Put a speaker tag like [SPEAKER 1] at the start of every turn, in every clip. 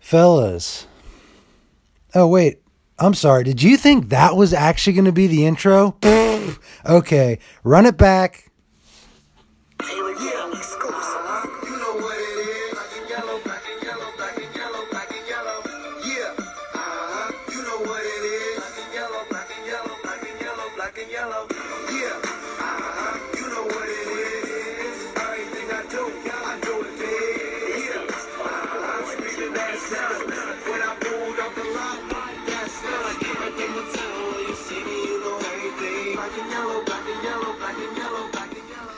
[SPEAKER 1] Fellas. Oh, wait. I'm sorry. Did you think that was actually going to be the intro? Pfft. okay, run it back.
[SPEAKER 2] You know what it is. Black and yellow, black and yellow, black and yellow, black and yellow. Yeah. Uh-huh. You know what it is. Black and yellow, black and yellow, black and yellow, black and yellow. Yeah. Uh-huh. You know what it is. Everything I do, I do it big. Yeah. Uh-huh. Screaming that sound. When I pulled off the lot, that sound. Everything was town. When you see me, you know everything. Black and yellow, black and yellow, black and yellow, black and yellow.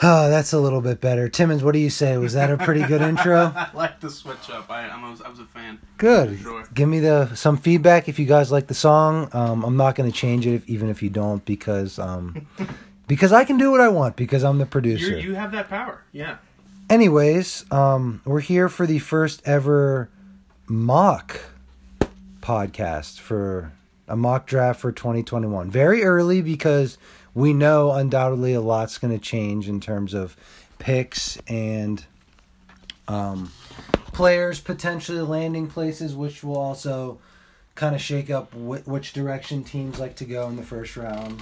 [SPEAKER 1] Oh, that's a little bit better. Timmons, what do you say? Was that a pretty good intro?
[SPEAKER 3] I like the switch up. I, I'm, I was, I was a fan.
[SPEAKER 1] Good.
[SPEAKER 3] Sure.
[SPEAKER 1] Give me the some feedback if you guys like the song. Um, I'm not going to change it if, even if you don't because um, because I can do what I want because I'm the
[SPEAKER 3] You
[SPEAKER 1] producer.
[SPEAKER 3] you have that power. Yeah.
[SPEAKER 1] Anyways, um, we're here for the first ever mock podcast for a mock draft for 2021. Very early because we know undoubtedly a lot's going to change in terms of picks and um, players potentially landing places, which will also kind of shake up wh- which direction teams like to go in the first round.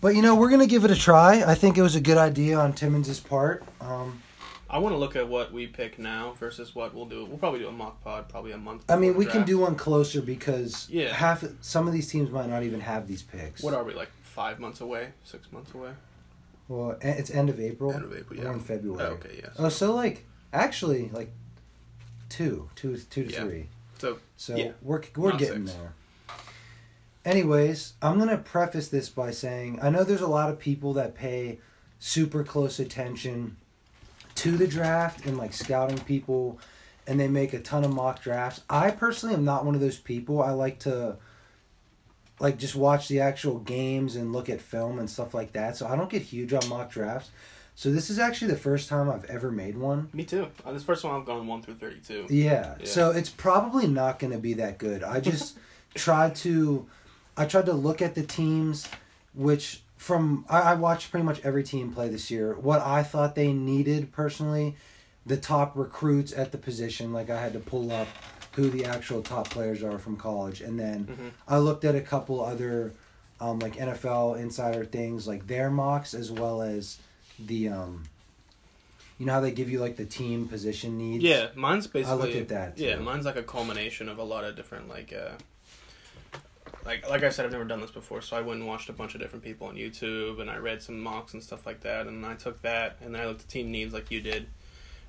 [SPEAKER 1] But you know, we're going to give it a try. I think it was a good idea on Timmons' part. Um,
[SPEAKER 3] I want to look at what we pick now versus what we'll do. We'll probably do a mock pod, probably a month.
[SPEAKER 1] I mean,
[SPEAKER 3] before
[SPEAKER 1] we
[SPEAKER 3] the
[SPEAKER 1] can
[SPEAKER 3] draft.
[SPEAKER 1] do one closer because
[SPEAKER 3] Yeah.
[SPEAKER 1] half some of these teams might not even have these picks.
[SPEAKER 3] What are we like? Five months away? Six months away?
[SPEAKER 1] Well, e- it's end of April.
[SPEAKER 3] End of April, yeah.
[SPEAKER 1] We're in February.
[SPEAKER 3] Oh, okay, yeah.
[SPEAKER 1] Oh, so like actually like two, two, two to
[SPEAKER 3] Yeah.
[SPEAKER 1] three.
[SPEAKER 3] So
[SPEAKER 1] So
[SPEAKER 3] Yeah.
[SPEAKER 1] we're we're
[SPEAKER 3] Not
[SPEAKER 1] getting
[SPEAKER 3] six.
[SPEAKER 1] there. Anyways, I'm gonna preface this by saying I know there's a lot of people that pay super close attention to the draft and like scouting people, and they make a ton of mock drafts. I personally am not one of those people. I like to like just watch the actual games and look at film and stuff like that. So I don't get huge on mock drafts. So this is actually the first time I've ever made one.
[SPEAKER 3] me too. Uh, this first one I've gone one through thirty-two.
[SPEAKER 1] Yeah.
[SPEAKER 3] Yeah.
[SPEAKER 1] So it's probably not going to be that good. I just tried to, I tried to look at the teams, which from I, I watched pretty much every team play this year. What I thought they needed personally, the top recruits at the position. Like I had to pull up who the actual top players are from college, and then I looked at a couple other, um, like NFL insider things, like their mocks as well as the um. You know how they give you like the team position needs.
[SPEAKER 3] Yeah, mine's basically.
[SPEAKER 1] at that,
[SPEAKER 3] Yeah,
[SPEAKER 1] too.
[SPEAKER 3] mine's like a culmination of a lot of different like. uh like, like I said, I've never done this before, so I went and watched a bunch of different people on YouTube, and I read some mocks and stuff like that, and I took that, and then I looked at team needs like you did,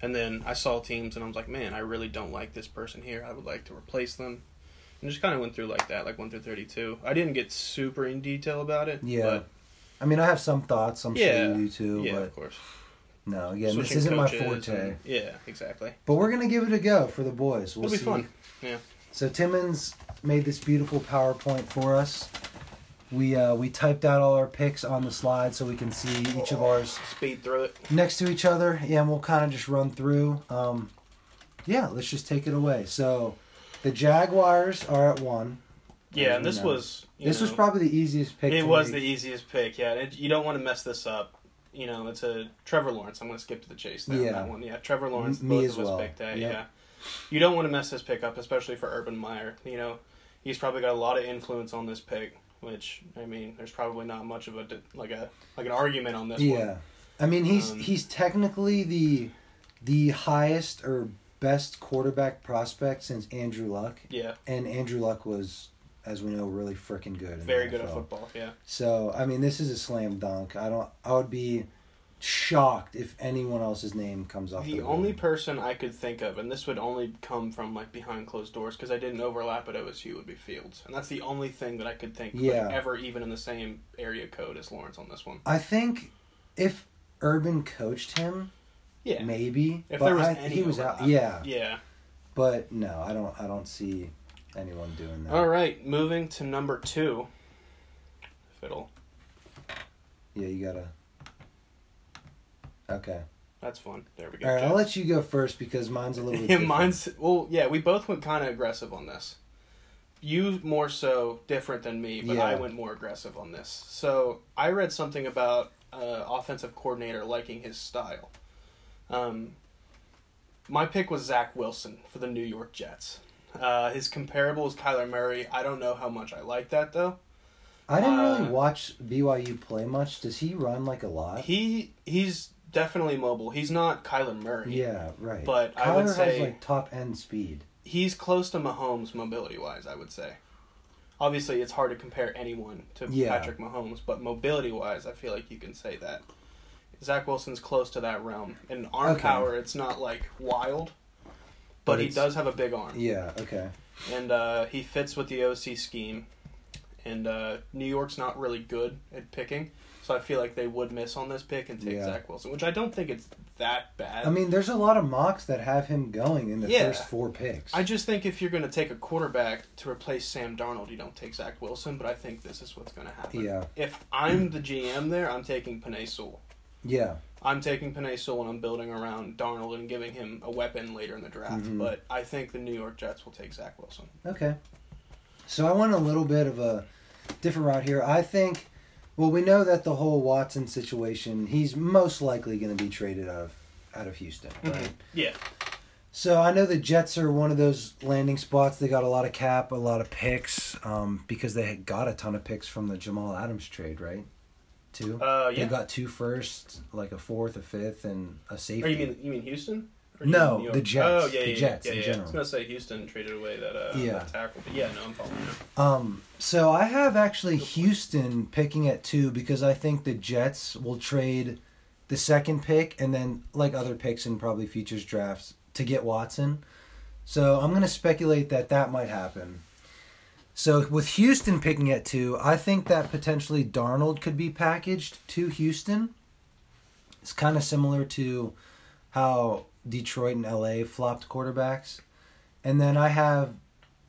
[SPEAKER 3] and then I saw teams, and I was like, man, I really don't like this person here. I would like to replace them, and just kind of went through like that, like one through thirty-two. I didn't get super in detail about it.
[SPEAKER 1] Yeah.
[SPEAKER 3] but
[SPEAKER 1] I mean, I have some thoughts. I'm
[SPEAKER 3] yeah,
[SPEAKER 1] sure you do too.
[SPEAKER 3] yeah,
[SPEAKER 1] But
[SPEAKER 3] of course.
[SPEAKER 1] no, again, this
[SPEAKER 3] Switching
[SPEAKER 1] isn't my
[SPEAKER 3] coaches
[SPEAKER 1] forte.
[SPEAKER 3] and- yeah, exactly.
[SPEAKER 1] But we're gonna give it a go for the boys. We'll
[SPEAKER 3] It'll be
[SPEAKER 1] see.
[SPEAKER 3] fun. Yeah.
[SPEAKER 1] So Timmons made this beautiful PowerPoint for us. We uh, we typed out all our picks on the slide so we can see each of ours
[SPEAKER 3] Speed through it.
[SPEAKER 1] next to each other. Yeah, and we'll kind of just run through. Um, yeah, let's just take it away. So the Jaguars are at one.
[SPEAKER 3] Yeah,
[SPEAKER 1] as
[SPEAKER 3] and
[SPEAKER 1] we
[SPEAKER 3] this
[SPEAKER 1] know.
[SPEAKER 3] was you
[SPEAKER 1] this was
[SPEAKER 3] know,
[SPEAKER 1] probably the easiest pick.
[SPEAKER 3] it
[SPEAKER 1] to
[SPEAKER 3] was the
[SPEAKER 1] make.
[SPEAKER 3] easiest pick. Yeah, it, you don't want to mess this up. You know, it's a Trevor Lawrence. I'm going to skip to the chase now. on
[SPEAKER 1] Yeah.
[SPEAKER 3] that one. Yeah, Trevor Lawrence.
[SPEAKER 1] M- me
[SPEAKER 3] both
[SPEAKER 1] as
[SPEAKER 3] of us
[SPEAKER 1] well.
[SPEAKER 3] picked that.
[SPEAKER 1] Yep.
[SPEAKER 3] Yeah, you don't want to mess this pick up, especially for Urban Meyer. You know, he's probably got a lot of influence on this pick. Which I mean, there's probably not much of a di- like a like an argument on this
[SPEAKER 1] yeah.
[SPEAKER 3] one.
[SPEAKER 1] I mean, he's
[SPEAKER 3] Um,
[SPEAKER 1] he's technically the the highest or best quarterback prospect since Andrew Luck,
[SPEAKER 3] Yeah,
[SPEAKER 1] and Andrew Luck was, as we know, really freaking good. in the
[SPEAKER 3] very good at
[SPEAKER 1] NFL.
[SPEAKER 3] football. Yeah,
[SPEAKER 1] So I mean, this is a slam dunk. I don't. I would be shocked if anyone else's name comes off.
[SPEAKER 3] the
[SPEAKER 1] board.
[SPEAKER 3] only person I could think of, and this would only come from like behind closed doors because I didn't overlap at OSU, would be Fields, and that's the only thing that I could think like,
[SPEAKER 1] Yeah.
[SPEAKER 3] ever even in the same area code as Lawrence on this one.
[SPEAKER 1] I think if Urban coached him,
[SPEAKER 3] Yeah,
[SPEAKER 1] maybe.
[SPEAKER 3] if
[SPEAKER 1] but
[SPEAKER 3] there was
[SPEAKER 1] I-
[SPEAKER 3] any,
[SPEAKER 1] he was
[SPEAKER 3] overlap.
[SPEAKER 1] out. Yeah,
[SPEAKER 3] yeah.
[SPEAKER 1] but no, I don't. I don't see anyone doing that.
[SPEAKER 3] All right, moving to number two. Fiddle.
[SPEAKER 1] Yeah, you gotta. Okay.
[SPEAKER 3] That's fun. There we go.
[SPEAKER 1] All right, I'll
[SPEAKER 3] Jack.
[SPEAKER 1] let you go first because mine's a little bit.
[SPEAKER 3] yeah,
[SPEAKER 1] different.
[SPEAKER 3] mine's well, yeah, we both went kind of aggressive on this. You more so different than me, but I
[SPEAKER 1] Yeah.
[SPEAKER 3] went more aggressive on this. So I read something about uh, offensive coordinator liking his style. Um, My pick was Zach Wilson for the New York Jets. Uh, his comparable is Kyler Murray. I don't know how much I like that though.
[SPEAKER 1] I didn't really
[SPEAKER 3] Uh,
[SPEAKER 1] watch BYU play much. Does he run like a lot?
[SPEAKER 3] He he's definitely mobile. He's not Kyler Murray.
[SPEAKER 1] yeah, right.
[SPEAKER 3] but
[SPEAKER 1] Kyler
[SPEAKER 3] I would
[SPEAKER 1] has
[SPEAKER 3] say-
[SPEAKER 1] like top end speed.
[SPEAKER 3] He's close to Mahomes mobility wise, I would say. Obviously, it's hard to compare anyone to
[SPEAKER 1] Yeah.
[SPEAKER 3] Patrick Mahomes, but mobility wise, I feel like you can say that. Zach Wilson's close to that realm. In arm
[SPEAKER 1] Okay.
[SPEAKER 3] power, it's not like wild,
[SPEAKER 1] But
[SPEAKER 3] but, he
[SPEAKER 1] it's-
[SPEAKER 3] does have a big arm.
[SPEAKER 1] Yeah. Okay.
[SPEAKER 3] and uh, he fits with the OC scheme. And uh, New York's not really good at picking, so I feel like they would miss on this pick and take
[SPEAKER 1] Yeah.
[SPEAKER 3] Zach Wilson, which I don't think it's that bad.
[SPEAKER 1] I mean, there's a lot of mocks that have him going in the
[SPEAKER 3] Yeah.
[SPEAKER 1] first four picks.
[SPEAKER 3] I just think if you're going to take a quarterback to replace Sam Darnold, you don't take Zach Wilson. But I think this is what's going to happen.
[SPEAKER 1] yeah.
[SPEAKER 3] If I'm the GM there, I'm taking Panay Sewell.
[SPEAKER 1] Yeah.
[SPEAKER 3] I'm taking Panay Sewell and I'm building around Darnold and giving him a weapon later in the draft.
[SPEAKER 1] Mhm.
[SPEAKER 3] But I think the New York Jets will take Zach Wilson.
[SPEAKER 1] Okay. So I went a little bit of a different route here. I think, well, we know that the whole Watson situation, he's most likely going to be traded out of out of Houston, right?
[SPEAKER 3] Mm-hmm. Yeah.
[SPEAKER 1] So I know the Jets are one of those landing spots. They got a lot of cap, a lot of picks, um, because they had got a ton of picks from the Jamal Adams trade, right? Two.
[SPEAKER 3] Uh, yeah.
[SPEAKER 1] They got two first, like a fourth, a fifth, and a safety.
[SPEAKER 3] Or you mean you mean Houston? Or you
[SPEAKER 1] No,
[SPEAKER 3] mean New York?
[SPEAKER 1] the Jets.
[SPEAKER 3] Oh yeah, yeah,
[SPEAKER 1] The
[SPEAKER 3] yeah,
[SPEAKER 1] Jets
[SPEAKER 3] yeah,
[SPEAKER 1] in
[SPEAKER 3] yeah. I
[SPEAKER 1] general.
[SPEAKER 3] was gonna say Houston traded away that uh
[SPEAKER 1] Yeah.
[SPEAKER 3] that tackle, but yeah, no, I'm following. you.
[SPEAKER 1] Um, so I have actually Houston picking at two because I think the Jets will trade the second pick and then like other picks in probably futures drafts to get Watson. So I'm going to speculate that that might happen. So with Houston picking at two, I think that potentially Darnold could be packaged to Houston. It's kind of similar to how Detroit and LA flopped quarterbacks. And then I have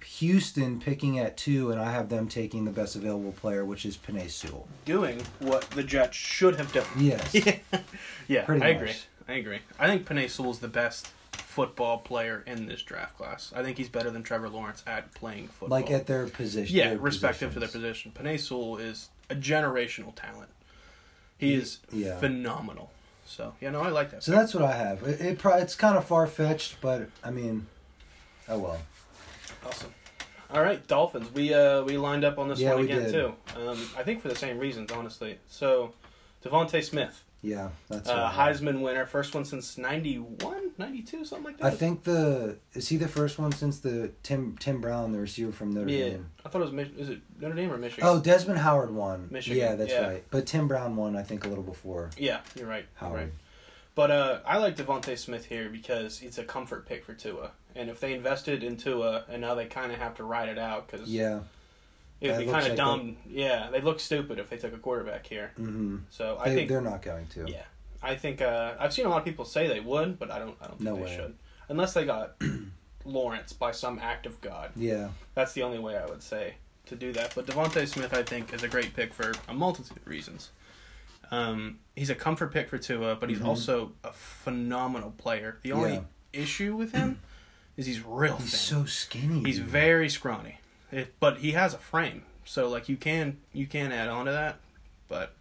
[SPEAKER 1] Houston picking at two, and I have them taking the best available player, which is Panay Sewell.
[SPEAKER 3] Doing what the Jets should have done.
[SPEAKER 1] Yes.
[SPEAKER 3] yeah,
[SPEAKER 1] Pretty
[SPEAKER 3] I
[SPEAKER 1] much.
[SPEAKER 3] agree. I agree. I think Panay Sewell's the best football player in this draft class. I think he's better than Trevor Lawrence at playing football.
[SPEAKER 1] like at their position.
[SPEAKER 3] yeah,
[SPEAKER 1] their
[SPEAKER 3] respective to their
[SPEAKER 1] positions.
[SPEAKER 3] position. Panay Sewell is a generational talent. He is
[SPEAKER 1] Yeah.
[SPEAKER 3] phenomenal. So yeah, no, I like that.
[SPEAKER 1] So that's what I have. It, it pro- it's kind of far fetched, but I mean, oh well.
[SPEAKER 3] Awesome. All right, Dolphins. We uh we lined up on this
[SPEAKER 1] Yeah,
[SPEAKER 3] one
[SPEAKER 1] we
[SPEAKER 3] again
[SPEAKER 1] did.
[SPEAKER 3] too. Um, I think for the same reasons, honestly. So, Devonte Smith,
[SPEAKER 1] Yeah, that's what I
[SPEAKER 3] uh,
[SPEAKER 1] have.
[SPEAKER 3] Heisman winner, first one since 91, 92, something like that.
[SPEAKER 1] I think the is he the first one since the Tim Tim Brown, the receiver from Notre
[SPEAKER 3] Yeah,
[SPEAKER 1] Dame.
[SPEAKER 3] I thought it was Mich- is it Notre Dame or Michigan?
[SPEAKER 1] Oh, Desmond Howard won.
[SPEAKER 3] Michigan,
[SPEAKER 1] Yeah, that's
[SPEAKER 3] yeah.
[SPEAKER 1] right. But Tim Brown won, I think, a little before
[SPEAKER 3] yeah, you're right. You're
[SPEAKER 1] Howard.
[SPEAKER 3] right. But uh, I like Devonte Smith here because it's a comfort pick for Tua, and if they invested in Tua, and now they kind of have to ride it out because
[SPEAKER 1] Yeah.
[SPEAKER 3] it would
[SPEAKER 1] that
[SPEAKER 3] be
[SPEAKER 1] looks
[SPEAKER 3] kind of
[SPEAKER 1] like
[SPEAKER 3] dumb. Yeah, they look stupid if they took a quarterback here.
[SPEAKER 1] Mm-hmm.
[SPEAKER 3] So I
[SPEAKER 1] They,
[SPEAKER 3] think
[SPEAKER 1] they're not going to.
[SPEAKER 3] Yeah, I think uh, I've seen a lot of people say they would, but I don't. I don't think
[SPEAKER 1] No
[SPEAKER 3] they
[SPEAKER 1] way.
[SPEAKER 3] should, unless they got Lawrence by some act of God.
[SPEAKER 1] Yeah.
[SPEAKER 3] That's the only way I would say to do that. But Devonte Smith, I think, is a great pick for a multitude of reasons. Um, he's a comfort pick for Tua, but he's
[SPEAKER 1] Mhm.
[SPEAKER 3] also a phenomenal player. The only
[SPEAKER 1] Yeah.
[SPEAKER 3] issue with him is he's real thin.
[SPEAKER 1] He's so skinny.
[SPEAKER 3] He's
[SPEAKER 1] dude.
[SPEAKER 3] very scrawny, it, but he has a frame, so like you can you can add on to that. But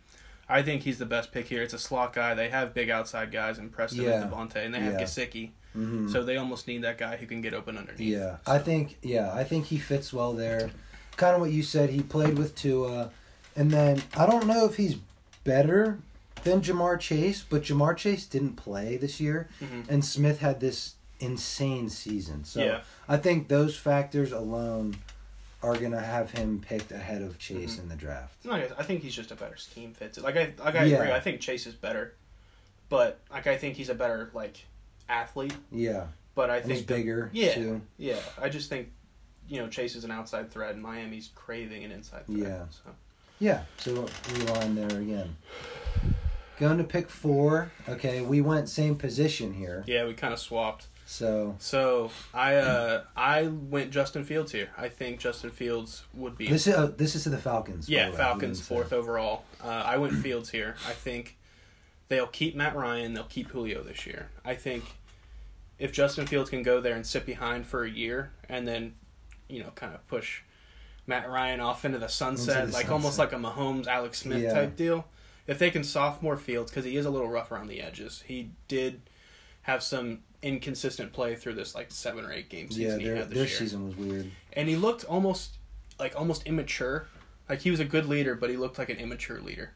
[SPEAKER 3] I think he's the best pick here. It's a slot guy. They have big outside guys in Preston
[SPEAKER 1] Yeah.
[SPEAKER 3] and Devontae, and they have
[SPEAKER 1] Yeah.
[SPEAKER 3] Gesicki,
[SPEAKER 1] Mhm.
[SPEAKER 3] so they almost need that guy who can get open underneath.
[SPEAKER 1] Yeah, I
[SPEAKER 3] So,
[SPEAKER 1] think yeah, I think he fits well there. Kind of what you said. He played with Tua, and then I don't know if he's better than Jamar Chase, but Jamar Chase didn't play this year,
[SPEAKER 3] Mhm.
[SPEAKER 1] and Smith had this insane season. So
[SPEAKER 3] Yeah.
[SPEAKER 1] I think those factors alone are gonna have him picked ahead of Chase
[SPEAKER 3] Mhm.
[SPEAKER 1] in the draft.
[SPEAKER 3] No, I- I think he's just a better scheme fit. Like I like I
[SPEAKER 1] Yeah.
[SPEAKER 3] agree. I think Chase is better, but like I think he's a better like athlete.
[SPEAKER 1] Yeah,
[SPEAKER 3] But I
[SPEAKER 1] and he's
[SPEAKER 3] think the-
[SPEAKER 1] bigger
[SPEAKER 3] yeah.
[SPEAKER 1] too.
[SPEAKER 3] Yeah, I just think you know Chase is an outside threat, and Miami's craving an inside threat.
[SPEAKER 1] Yeah.
[SPEAKER 3] So.
[SPEAKER 1] Yeah, so rewind there again. Going to pick four. Okay, we went same position here.
[SPEAKER 3] Yeah, we kind of swapped.
[SPEAKER 1] So
[SPEAKER 3] So I uh, I went Justin Fields here. I think Justin Fields would be
[SPEAKER 1] This is uh, this is to the Falcons. by
[SPEAKER 3] yeah
[SPEAKER 1] the way.
[SPEAKER 3] Falcons
[SPEAKER 1] So-
[SPEAKER 3] fourth overall. Uh, I went Fields here. I think they'll keep Matt Ryan. They'll keep Julio this year. I think if Justin Fields can go there and sit behind for a year and then you know kind of push Matt Ryan off into the sunset,
[SPEAKER 1] the
[SPEAKER 3] like almost like
[SPEAKER 1] sunset.
[SPEAKER 3] a Mahomes Alex Smith
[SPEAKER 1] Yeah.
[SPEAKER 3] type deal. If they can sophomore Fields because he is a little rough around the edges, he did have some inconsistent play through this like seven or eight game
[SPEAKER 1] Yeah,
[SPEAKER 3] season he
[SPEAKER 1] their,
[SPEAKER 3] had this
[SPEAKER 1] their
[SPEAKER 3] year.
[SPEAKER 1] season was weird.
[SPEAKER 3] And he looked almost like almost immature. Like he was a good leader, but he looked like an immature leader,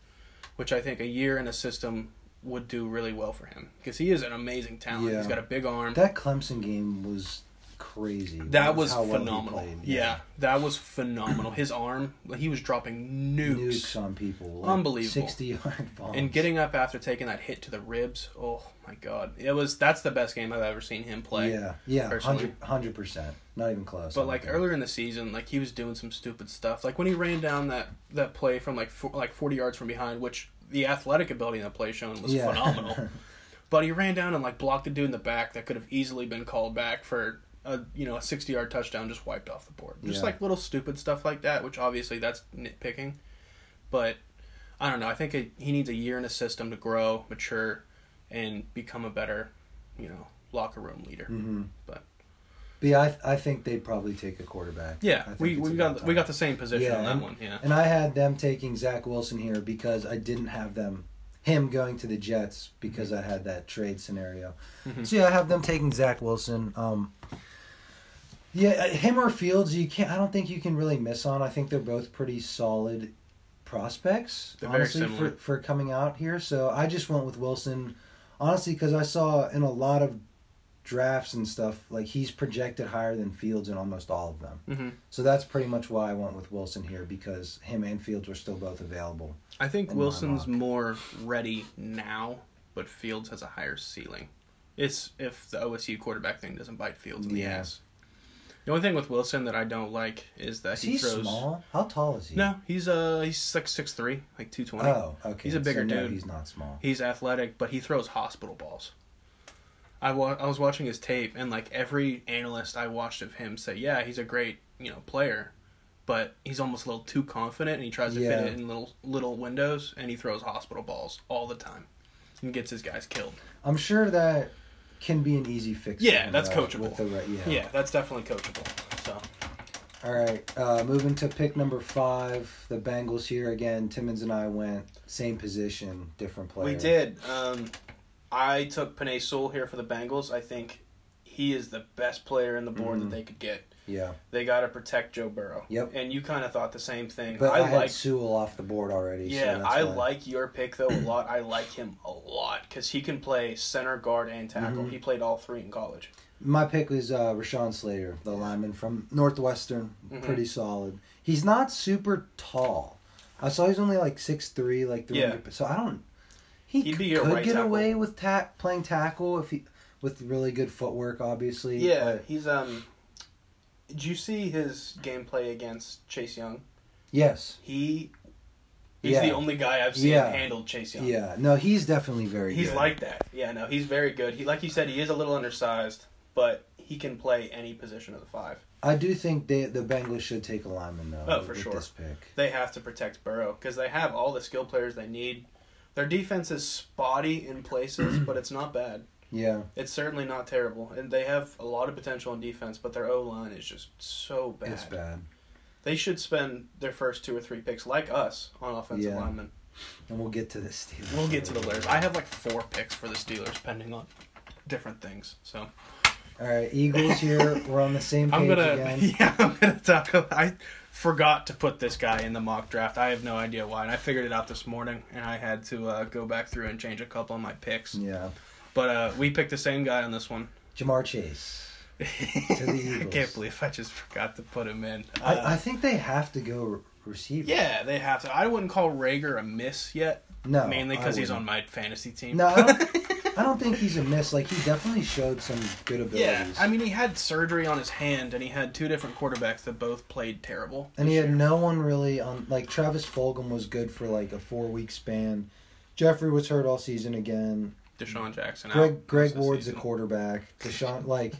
[SPEAKER 3] which I think a year in a system would do really well for him because he is an amazing talent.
[SPEAKER 1] Yeah.
[SPEAKER 3] He's got a big arm.
[SPEAKER 1] That Clemson game was crazy.
[SPEAKER 3] That
[SPEAKER 1] with
[SPEAKER 3] was
[SPEAKER 1] how well he
[SPEAKER 3] phenomenal.
[SPEAKER 1] played.
[SPEAKER 3] yeah. that was phenomenal. His arm, he was dropping nukes,
[SPEAKER 1] nukes on people. like
[SPEAKER 3] Unbelievable.
[SPEAKER 1] Sixty yard bombs.
[SPEAKER 3] and getting up after taking that hit to the ribs. Oh my god, it was that's the best game I've ever seen him play.
[SPEAKER 1] Yeah, yeah,
[SPEAKER 3] personally.
[SPEAKER 1] hundred percent. Not even close. I
[SPEAKER 3] But
[SPEAKER 1] don't
[SPEAKER 3] like
[SPEAKER 1] think.
[SPEAKER 3] earlier in the season, like he was doing some stupid stuff. Like when he ran down that that play from like four, like forty yards from behind, which the athletic ability in the play shown was
[SPEAKER 1] Yeah.
[SPEAKER 3] phenomenal. but he ran down and like blocked a dude in the back that could have easily been called back for a you know a sixty yard touchdown, just wiped off the board. Just
[SPEAKER 1] Yeah.
[SPEAKER 3] like little stupid stuff like that, which obviously that's nitpicking. But I don't know. I think it, he needs a year in a system to grow, mature, and become a better, you know, locker room leader.
[SPEAKER 1] Mm-hmm.
[SPEAKER 3] But
[SPEAKER 1] But yeah, I, th- I think they'd probably take a quarterback. I
[SPEAKER 3] yeah,
[SPEAKER 1] think
[SPEAKER 3] we,
[SPEAKER 1] it's
[SPEAKER 3] we
[SPEAKER 1] about
[SPEAKER 3] got we
[SPEAKER 1] time.
[SPEAKER 3] got the same position
[SPEAKER 1] Yeah,
[SPEAKER 3] on that
[SPEAKER 1] and-
[SPEAKER 3] one. Yeah,
[SPEAKER 1] And I had them taking Zach Wilson here because I didn't have them him going to the Jets because I had that trade scenario.
[SPEAKER 3] Mm-hmm.
[SPEAKER 1] So yeah, I have them taking Zach Wilson. Um, yeah, uh, him or Fields, you can't. I don't think you can really miss on. I think they're both pretty solid prospects,
[SPEAKER 3] They're very
[SPEAKER 1] honestly, for
[SPEAKER 3] similar.
[SPEAKER 1] for coming out here. So I just went with Wilson, honestly, because I saw in a lot of drafts and stuff like he's projected higher than Fields in almost all of them.
[SPEAKER 3] hmm
[SPEAKER 1] So that's pretty much why I went with Wilson here because him and Fields were still both available.
[SPEAKER 3] I think
[SPEAKER 1] In my
[SPEAKER 3] Wilson's
[SPEAKER 1] mock.
[SPEAKER 3] more ready now, but Fields has a higher ceiling. It's if the OSU quarterback thing doesn't bite Fields in the
[SPEAKER 1] Yeah.
[SPEAKER 3] ass. The only thing with Wilson that I don't like is that
[SPEAKER 1] Is
[SPEAKER 3] he
[SPEAKER 1] he
[SPEAKER 3] throws.
[SPEAKER 1] small? How tall is he?
[SPEAKER 3] No, he's uh he's like six three, like two twenty.
[SPEAKER 1] Oh, okay.
[SPEAKER 3] He's a bigger
[SPEAKER 1] so no,
[SPEAKER 3] dude.
[SPEAKER 1] He's not small.
[SPEAKER 3] He's athletic, but he throws hospital balls. I wa- I was watching his tape, and like every analyst I watched of him say, yeah, he's a great you know player, but he's almost a little too confident, and he tries to
[SPEAKER 1] Yeah.
[SPEAKER 3] fit it in little little windows, and he throws hospital balls all the time, and gets his guys killed.
[SPEAKER 1] I'm sure that can be an easy fix.
[SPEAKER 3] Yeah,
[SPEAKER 1] with
[SPEAKER 3] that's
[SPEAKER 1] the-
[SPEAKER 3] coachable.
[SPEAKER 1] With the right, yeah.
[SPEAKER 3] Yeah, that's definitely coachable. So
[SPEAKER 1] All right. Uh, moving to pick number five, the Bengals here again. Timmons and I went same position, different player.
[SPEAKER 3] we did. Um, I took Panay Sewell here for the Bengals. I think he is the best player in the board
[SPEAKER 1] Mhm.
[SPEAKER 3] that they could get.
[SPEAKER 1] Yeah,
[SPEAKER 3] They got to protect Joe Burrow.
[SPEAKER 1] Yep.
[SPEAKER 3] And you kind of thought the same thing.
[SPEAKER 1] but I,
[SPEAKER 3] I,
[SPEAKER 1] had
[SPEAKER 3] like
[SPEAKER 1] Sewell off the board already. so
[SPEAKER 3] Yeah,
[SPEAKER 1] that's
[SPEAKER 3] I
[SPEAKER 1] why.
[SPEAKER 3] like your pick though a lot. I like him a lot because he can play center, guard, and tackle.
[SPEAKER 1] Mm-hmm.
[SPEAKER 3] He played all three in college.
[SPEAKER 1] My pick was uh, Rashawn Slater, the lineman from Northwestern.
[SPEAKER 3] Mhm.
[SPEAKER 1] Pretty solid. He's not super tall. I saw he's only like six three, like three
[SPEAKER 3] Yeah.
[SPEAKER 1] hundred. So I don't. He
[SPEAKER 3] He'd be
[SPEAKER 1] c-
[SPEAKER 3] your
[SPEAKER 1] could
[SPEAKER 3] right
[SPEAKER 1] get
[SPEAKER 3] tackle.
[SPEAKER 1] away with ta- playing tackle if he with really good footwork, obviously.
[SPEAKER 3] Yeah,
[SPEAKER 1] but-
[SPEAKER 3] he's um. Did you see his gameplay against Chase Young?
[SPEAKER 1] yes.
[SPEAKER 3] He. He's
[SPEAKER 1] Yeah.
[SPEAKER 3] the only guy I've seen
[SPEAKER 1] Yeah.
[SPEAKER 3] handle Chase Young.
[SPEAKER 1] Yeah. No, he's definitely very.
[SPEAKER 3] he's
[SPEAKER 1] good.
[SPEAKER 3] like that. Yeah, no, he's very good. He, like you said, he is a little undersized, but he can play any position of the five.
[SPEAKER 1] I do think they the Bengals should take a lineman though.
[SPEAKER 3] Oh,
[SPEAKER 1] with-
[SPEAKER 3] for
[SPEAKER 1] with
[SPEAKER 3] sure.
[SPEAKER 1] This pick.
[SPEAKER 3] they have to protect Burrow because they have all the skill players they need. Their defense is spotty in places, but it's not bad.
[SPEAKER 1] Yeah,
[SPEAKER 3] It's certainly not terrible, and they have a lot of potential in defense. But their O line is just so bad.
[SPEAKER 1] it's bad,
[SPEAKER 3] They should spend their first two or three picks, like us, on offensive
[SPEAKER 1] Yeah.
[SPEAKER 3] linemen.
[SPEAKER 1] and we'll get to the Steelers.
[SPEAKER 3] We'll get to the
[SPEAKER 1] later.
[SPEAKER 3] Lurs. I have like four picks for the Steelers, depending on different things. So
[SPEAKER 1] All right, Eagles here. We're on the same page
[SPEAKER 3] I'm gonna,
[SPEAKER 1] again.
[SPEAKER 3] yeah, I'm gonna talk. About, I forgot to put this guy in the mock draft. I have no idea why, and I figured it out this morning, and I had to uh, go back through and change a couple of my picks.
[SPEAKER 1] Yeah.
[SPEAKER 3] But uh, we picked the same guy on this one.
[SPEAKER 1] Jamar Chase.
[SPEAKER 3] I
[SPEAKER 1] Eagles.
[SPEAKER 3] can't believe I just forgot to put him in. Uh,
[SPEAKER 1] I, I think they have to go re- receiver.
[SPEAKER 3] yeah, they have to. I wouldn't call Rager a miss yet,
[SPEAKER 1] No.
[SPEAKER 3] mainly because
[SPEAKER 1] I
[SPEAKER 3] he's on
[SPEAKER 1] wouldn't.
[SPEAKER 3] my fantasy team.
[SPEAKER 1] No, I don't, I don't think he's a miss. Like he definitely showed some good abilities.
[SPEAKER 3] yeah, I mean he had surgery on his hand, and he had two different quarterbacks that both played terrible.
[SPEAKER 1] and he
[SPEAKER 3] this
[SPEAKER 1] had
[SPEAKER 3] year.
[SPEAKER 1] no one really on. Like Travis Fulgham was good for like a four week span. Jeffrey was hurt all season again.
[SPEAKER 3] Deshaun Jackson.
[SPEAKER 1] Greg
[SPEAKER 3] out
[SPEAKER 1] Greg
[SPEAKER 3] most of the
[SPEAKER 1] Ward's a
[SPEAKER 3] season.
[SPEAKER 1] quarterback. Deshaun like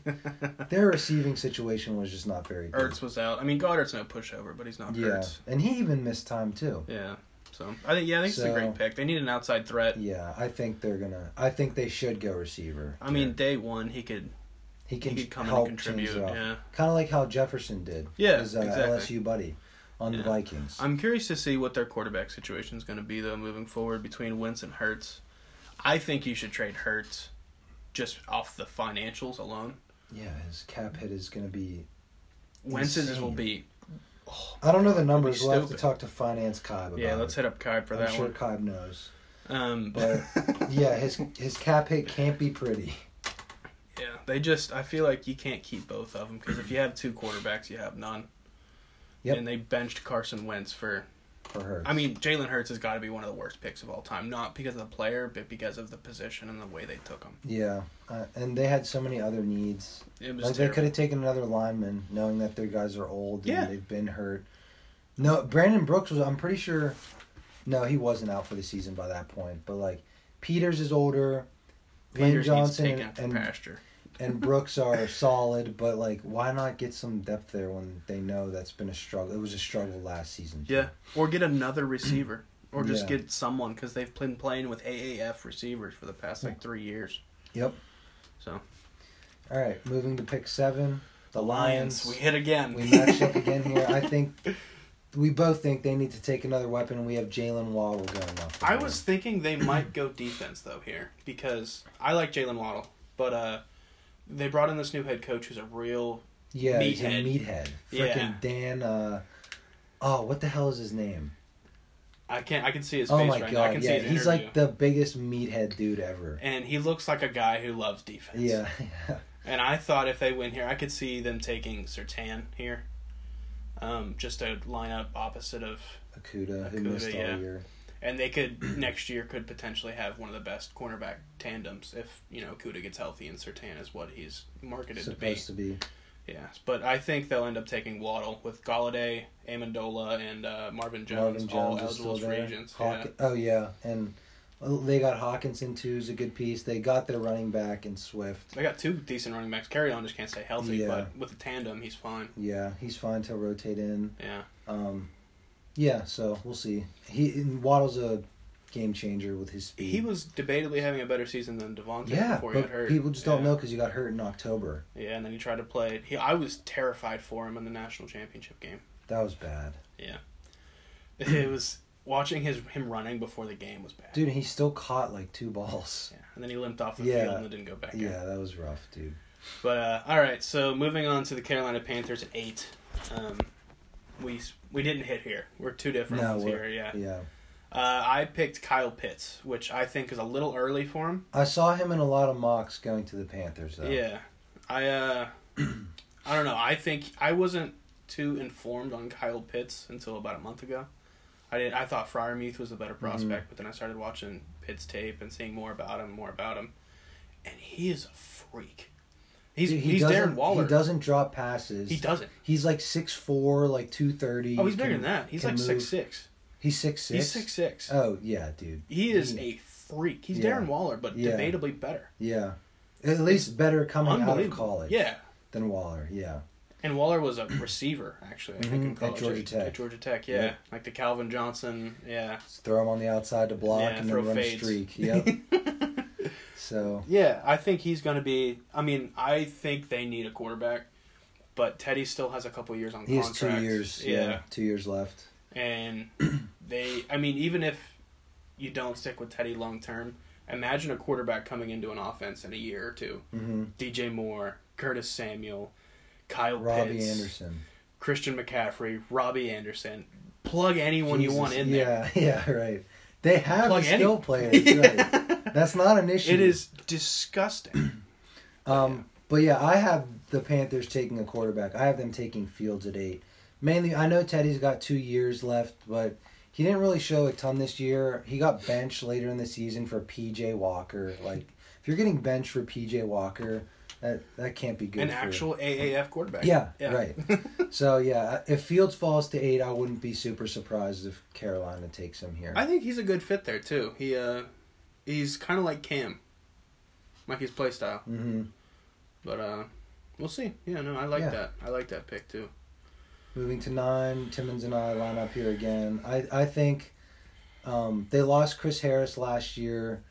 [SPEAKER 1] their receiving situation was just not very good.
[SPEAKER 3] Ertz was out. I mean Goddard's no pushover, but he's not
[SPEAKER 1] yeah,
[SPEAKER 3] Ertz.
[SPEAKER 1] and he even missed time too.
[SPEAKER 3] Yeah. So I think yeah, I think it's a
[SPEAKER 1] So-
[SPEAKER 3] great pick. They need an outside threat.
[SPEAKER 1] Yeah, I think they're gonna. I think they should go receiver.
[SPEAKER 3] I mean, day one he could
[SPEAKER 1] he
[SPEAKER 3] he
[SPEAKER 1] can
[SPEAKER 3] could come in and
[SPEAKER 1] help change
[SPEAKER 3] contribute.
[SPEAKER 1] it up.
[SPEAKER 3] Yeah.
[SPEAKER 1] Kind of like how Jefferson did.
[SPEAKER 3] Yeah,
[SPEAKER 1] his uh,
[SPEAKER 3] exactly.
[SPEAKER 1] LSU buddy on
[SPEAKER 3] Yeah.
[SPEAKER 1] the Vikings.
[SPEAKER 3] I'm curious to see what their quarterback situation is going to be though moving forward between Wentz and Hertz. I think you should trade Hertz just off the financials alone.
[SPEAKER 1] Yeah, his cap hit is going to be.
[SPEAKER 3] Wences
[SPEAKER 1] Insane.
[SPEAKER 3] will be
[SPEAKER 1] I don't know the numbers. We'll have to
[SPEAKER 3] stupid.
[SPEAKER 1] talk to finance Kybe about
[SPEAKER 3] yeah. Let's
[SPEAKER 1] it.
[SPEAKER 3] hit up Kai for
[SPEAKER 1] I'm
[SPEAKER 3] that
[SPEAKER 1] sure
[SPEAKER 3] one.
[SPEAKER 1] Kybe knows.
[SPEAKER 3] Um, but
[SPEAKER 1] But yeah, his his cap hit can't be pretty.
[SPEAKER 3] yeah, they just I feel like you can't keep both of them because if you have two quarterbacks, you have none.
[SPEAKER 1] Yep.
[SPEAKER 3] And they benched Carson Wentz for
[SPEAKER 1] for her.
[SPEAKER 3] I mean, Jalen Hurts has got to be one of the worst picks of all time, not because of the player, but because of the position and the way they took him.
[SPEAKER 1] yeah, uh, and they had so many other needs.
[SPEAKER 3] It was
[SPEAKER 1] Like they
[SPEAKER 3] terrible.
[SPEAKER 1] could have taken another lineman, knowing that their guys are old and
[SPEAKER 3] Yeah.
[SPEAKER 1] they've been hurt. No, Brandon Brooks was. I'm pretty sure. No, he wasn't out for the season by that point. But like, Peters is older. Lynn
[SPEAKER 3] Peters needs
[SPEAKER 1] Johnson
[SPEAKER 3] taken out
[SPEAKER 1] and,
[SPEAKER 3] to
[SPEAKER 1] and,
[SPEAKER 3] pasture.
[SPEAKER 1] and Brooks are solid, but like, why not get some depth there when they know that's been a struggle? It was a struggle last season. too.
[SPEAKER 3] Yeah, or get another receiver, or just
[SPEAKER 1] Yeah.
[SPEAKER 3] get someone because they've been playing with AAF receivers for the past like three years.
[SPEAKER 1] Yep.
[SPEAKER 3] So
[SPEAKER 1] All right, moving to pick seven. The Lions.
[SPEAKER 3] we hit again.
[SPEAKER 1] We matched up again here. I think we both think they need to take another weapon, and we have Jalen Waddle going off.
[SPEAKER 3] I was thinking they might go defense though here because I like Jalen Waddle, but uh, they brought in this new head coach who's a real
[SPEAKER 1] yeah, he's a
[SPEAKER 3] meathead.
[SPEAKER 1] meathead. Freaking
[SPEAKER 3] Yeah.
[SPEAKER 1] Dan. Uh, oh, what the hell is his name?
[SPEAKER 3] I can't I can see his face
[SPEAKER 1] Oh my
[SPEAKER 3] right now. I
[SPEAKER 1] god,
[SPEAKER 3] can
[SPEAKER 1] yeah,
[SPEAKER 3] see his
[SPEAKER 1] he's
[SPEAKER 3] interview.
[SPEAKER 1] like the biggest meathead dude ever.
[SPEAKER 3] and he looks like a guy who loves defense.
[SPEAKER 1] Yeah,
[SPEAKER 3] And I thought if they win here, I could see them taking Sertan here. Um, just to line up opposite of,
[SPEAKER 1] Akuda, who
[SPEAKER 3] Okuda,
[SPEAKER 1] missed all
[SPEAKER 3] yeah.
[SPEAKER 1] year.
[SPEAKER 3] and they could next year could potentially have one of the best cornerback tandems if you know Kuda gets healthy and Sertan is what he's marketed to be.
[SPEAKER 1] Supposed to be.
[SPEAKER 3] Yeah, but I think they'll end up taking Waddle with Galladay, Amendola, and uh, Marvin Jones,
[SPEAKER 1] Marvin
[SPEAKER 3] all
[SPEAKER 1] Jones is
[SPEAKER 3] eligible
[SPEAKER 1] still
[SPEAKER 3] free
[SPEAKER 1] there.
[SPEAKER 3] agents.
[SPEAKER 1] Hawk- Oh yeah, and well, they got Hawkinson too. Is a good piece. They got their running back and Swift.
[SPEAKER 3] They got two decent running backs. Carry on just can't stay healthy,
[SPEAKER 1] Yeah.
[SPEAKER 3] but with a tandem, he's fine.
[SPEAKER 1] Yeah, he's fine to rotate in.
[SPEAKER 3] Yeah,
[SPEAKER 1] Um, yeah, so we'll see. He and Waddle's a game changer with his speed.
[SPEAKER 3] he was debatably having a better season than Devontae
[SPEAKER 1] yeah,
[SPEAKER 3] before he got
[SPEAKER 1] but
[SPEAKER 3] hurt.
[SPEAKER 1] people just don't
[SPEAKER 3] yeah.
[SPEAKER 1] know because he got hurt in October.
[SPEAKER 3] Yeah, and then he tried to play. He, I was terrified for him in the national championship game.
[SPEAKER 1] That was bad,
[SPEAKER 3] It was watching his him running before the game was bad.
[SPEAKER 1] dude. He still caught like two balls.
[SPEAKER 3] Yeah, and then he limped off the
[SPEAKER 1] Yeah.
[SPEAKER 3] field and then didn't go back. in.
[SPEAKER 1] Yeah, that was rough, dude.
[SPEAKER 3] But uh, all right, so moving on to the Carolina Panthers at eight. Um, we we didn't hit here. We're two different
[SPEAKER 1] No,
[SPEAKER 3] ones
[SPEAKER 1] we're-
[SPEAKER 3] here. Yeah.
[SPEAKER 1] Yeah,
[SPEAKER 3] Uh, I picked Kyle Pitts, which I think is a little early for him.
[SPEAKER 1] I saw him in a lot of mocks going to the Panthers. Though.
[SPEAKER 3] Yeah. I uh, I don't know. I think I wasn't too informed on Kyle Pitts until about a month ago. I did. I thought Fryermuth was a better
[SPEAKER 1] Mm-hmm.
[SPEAKER 3] prospect, but then I started watching Pitts tape and seeing more about him, more about him, and he is a freak. He's
[SPEAKER 1] Dude,
[SPEAKER 3] he's
[SPEAKER 1] doesn't-
[SPEAKER 3] Darren Waller.
[SPEAKER 1] He doesn't drop passes.
[SPEAKER 3] He doesn't.
[SPEAKER 1] He's like six four, like two thirty.
[SPEAKER 3] Oh, he's bigger than that. He's like six six.
[SPEAKER 1] He's six six.
[SPEAKER 3] He's six six.
[SPEAKER 1] Oh yeah, dude.
[SPEAKER 3] he is a freak. He's
[SPEAKER 1] Yeah.
[SPEAKER 3] Darren Waller, but
[SPEAKER 1] Yeah.
[SPEAKER 3] debatably better.
[SPEAKER 1] Yeah, at least better coming out of
[SPEAKER 3] Unbelievable.
[SPEAKER 1] college.
[SPEAKER 3] Yeah,
[SPEAKER 1] than Waller. Yeah,
[SPEAKER 3] and Waller was a receiver actually. I think
[SPEAKER 1] Mhm,
[SPEAKER 3] in
[SPEAKER 1] at
[SPEAKER 3] college
[SPEAKER 1] Georgia Tech.
[SPEAKER 3] At Georgia Tech, yeah,
[SPEAKER 1] Yeah.
[SPEAKER 3] like the Calvin Johnson. Yeah,
[SPEAKER 1] Just throw him on the outside to block
[SPEAKER 3] Yeah,
[SPEAKER 1] and then
[SPEAKER 3] throw
[SPEAKER 1] run a
[SPEAKER 3] fades.
[SPEAKER 1] streak. Yep. so
[SPEAKER 3] yeah. I think he's going to be. I mean, I think they need a quarterback, but Teddy still has a couple years on
[SPEAKER 1] he has
[SPEAKER 3] contract.
[SPEAKER 1] two years. Yeah. two years left.
[SPEAKER 3] and they i mean even if you don't stick with teddy long term imagine a quarterback coming into an offense in a year or 2
[SPEAKER 1] Mhm.
[SPEAKER 3] dj moore curtis samuel kyle
[SPEAKER 1] Robbie
[SPEAKER 3] pitts
[SPEAKER 1] Anderson.
[SPEAKER 3] christian mccaffrey robbie anderson plug anyone
[SPEAKER 1] Jesus.
[SPEAKER 3] you want in there
[SPEAKER 1] yeah, Yeah, right. They have
[SPEAKER 3] Plug
[SPEAKER 1] the skill
[SPEAKER 3] any-
[SPEAKER 1] players. Right. That's not an issue.
[SPEAKER 3] it is disgusting Oh,
[SPEAKER 1] Um, But yeah, I have the Panthers taking a quarterback. I have them taking Fields at eight. Mainly, I know Teddy's got two years left, but he didn't really show a ton this year. He got benched later in the season for PJ Walker. Like, if you're getting benched for PJ Walker, that that can't be good.
[SPEAKER 3] an
[SPEAKER 1] for-
[SPEAKER 3] actual aaf quarterback
[SPEAKER 1] Yeah, right. so yeah, if Fields falls to eight, I wouldn't be super surprised if Carolina takes him here.
[SPEAKER 3] i think he's a good fit there too he uh he's kind of like cam like his play style
[SPEAKER 1] hmm
[SPEAKER 3] but uh we'll see yeah no i like
[SPEAKER 1] Yeah.
[SPEAKER 3] that i like that pick too
[SPEAKER 1] Moving to nine, Timmons and I line up here again. I, I think um, they lost Chris Harris last year.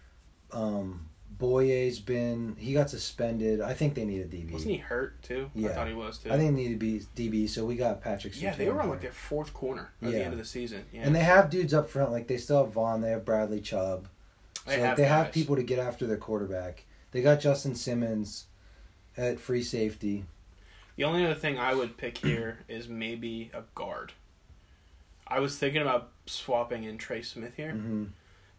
[SPEAKER 1] Um, Boye's been he got suspended. I think they need a DB.
[SPEAKER 3] Wasn't he hurt too?
[SPEAKER 1] Yeah.
[SPEAKER 3] I thought he was too.
[SPEAKER 1] I think they need to be DB. So we got Patrick.
[SPEAKER 3] yeah,
[SPEAKER 1] Surtain
[SPEAKER 3] they were on
[SPEAKER 1] here.
[SPEAKER 3] like their fourth corner at
[SPEAKER 1] Yeah.
[SPEAKER 3] the end of the season. Yeah.
[SPEAKER 1] And they have dudes up front. Like they still have Vaughn. They have Bradley Chubb. So
[SPEAKER 3] They
[SPEAKER 1] like,
[SPEAKER 3] have
[SPEAKER 1] they have
[SPEAKER 3] guys.
[SPEAKER 1] people to get after their quarterback. They got Justin Simmons at free safety.
[SPEAKER 3] The only other thing I would pick here is maybe a guard. I was thinking about swapping in Trey Smith here
[SPEAKER 1] hmm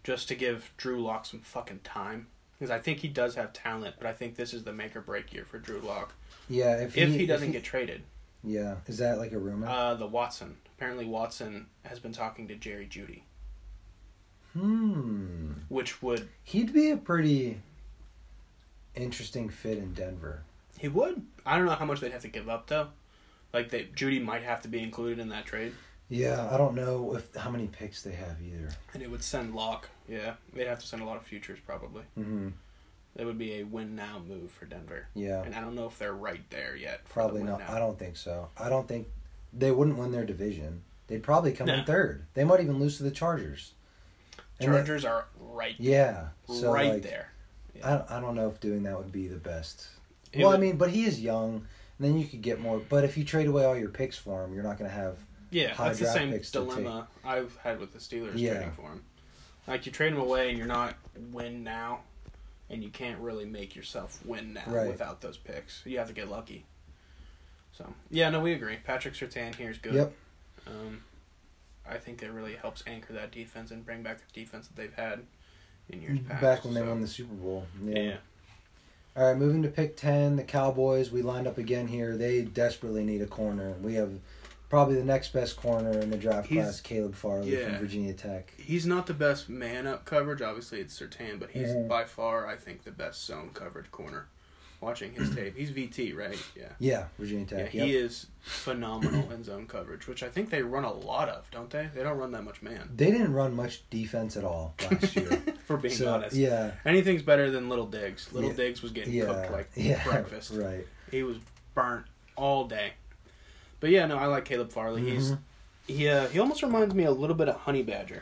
[SPEAKER 3] just to give Drew Lock some fucking time. Because I think he does have talent, but I think this is the make or break year for Drew Lock.
[SPEAKER 1] Yeah, if he,
[SPEAKER 3] If he doesn't get traded,
[SPEAKER 1] yeah, is that like a rumor?
[SPEAKER 3] uh, the Watson. Apparently, Watson has been talking to Jerry Judy,
[SPEAKER 1] hmm,
[SPEAKER 3] which would
[SPEAKER 1] he'd be a pretty interesting fit in Denver.
[SPEAKER 3] he would. I don't know how much they'd have to give up though. Like they, Judy might have to be included in that trade,
[SPEAKER 1] Yeah, I don't know if how many picks they have either.
[SPEAKER 3] and it would send Lock. Yeah, they'd have to send a lot of futures probably.
[SPEAKER 1] hmm
[SPEAKER 3] It would be a win now move for Denver.
[SPEAKER 1] Yeah,
[SPEAKER 3] And I don't know if they're right there yet.
[SPEAKER 1] Oh.
[SPEAKER 3] for the
[SPEAKER 1] probably
[SPEAKER 3] win
[SPEAKER 1] not.
[SPEAKER 3] now.
[SPEAKER 1] I don't think so. I don't think they wouldn't win their division. They'd probably come
[SPEAKER 3] No.
[SPEAKER 1] in third. They might even lose to the Chargers. And that-
[SPEAKER 3] Chargers are right,
[SPEAKER 1] yeah, so
[SPEAKER 3] right
[SPEAKER 1] like,
[SPEAKER 3] there.
[SPEAKER 1] I I don't know if doing that would be the best.
[SPEAKER 3] It
[SPEAKER 1] well, I
[SPEAKER 3] would-
[SPEAKER 1] mean, but he is young, and then you could get more. But if you trade away all your picks for him, you're not going to have.
[SPEAKER 3] yeah,
[SPEAKER 1] high
[SPEAKER 3] that's the
[SPEAKER 1] draft
[SPEAKER 3] same
[SPEAKER 1] picks to
[SPEAKER 3] dilemma I've had with the Steelers
[SPEAKER 1] Yeah.
[SPEAKER 3] trading for him. Like you trade him away, and you're not win now, and you can't really make yourself win now
[SPEAKER 1] Right.
[SPEAKER 3] without those picks. You have to get lucky. So yeah, no, we agree. Patrick Sertan here is good.
[SPEAKER 1] Yep.
[SPEAKER 3] Um, I think that really helps anchor that defense and bring back the defense that they've had in years past.
[SPEAKER 1] Back when they
[SPEAKER 3] so-
[SPEAKER 1] won the Super Bowl. Yeah.
[SPEAKER 3] yeah.
[SPEAKER 1] All right, moving to pick 10, the Cowboys. We lined up again here. They desperately need a corner. We have probably the next best corner in the draft
[SPEAKER 3] He's-
[SPEAKER 1] class, Caleb Farley
[SPEAKER 3] yeah.
[SPEAKER 1] from Virginia Tech.
[SPEAKER 3] He's not the best man up coverage. Obviously, it's Sertan, but he's
[SPEAKER 1] Mhm.
[SPEAKER 3] by far, I think, the best zone coverage corner. Watching his tape, he's VT, right? Yeah.
[SPEAKER 1] Yeah, Virginia
[SPEAKER 3] Yeah,
[SPEAKER 1] Tech.
[SPEAKER 3] he
[SPEAKER 1] yep.
[SPEAKER 3] is phenomenal in zone coverage, which I think they run a lot of, don't they? They don't run that much man,
[SPEAKER 1] They didn't run much defense at all last year.
[SPEAKER 3] for being
[SPEAKER 1] so,
[SPEAKER 3] honest.
[SPEAKER 1] yeah.
[SPEAKER 3] Anything's better than Little Diggs. Little
[SPEAKER 1] Yeah.
[SPEAKER 3] Diggs was getting
[SPEAKER 1] yeah.
[SPEAKER 3] cooked like
[SPEAKER 1] yeah.
[SPEAKER 3] breakfast.
[SPEAKER 1] Right.
[SPEAKER 3] He was burnt all day. But yeah, no, I like Caleb Farley. He's
[SPEAKER 1] Mhm.
[SPEAKER 3] he uh, he almost reminds me a little bit of Honey Badger,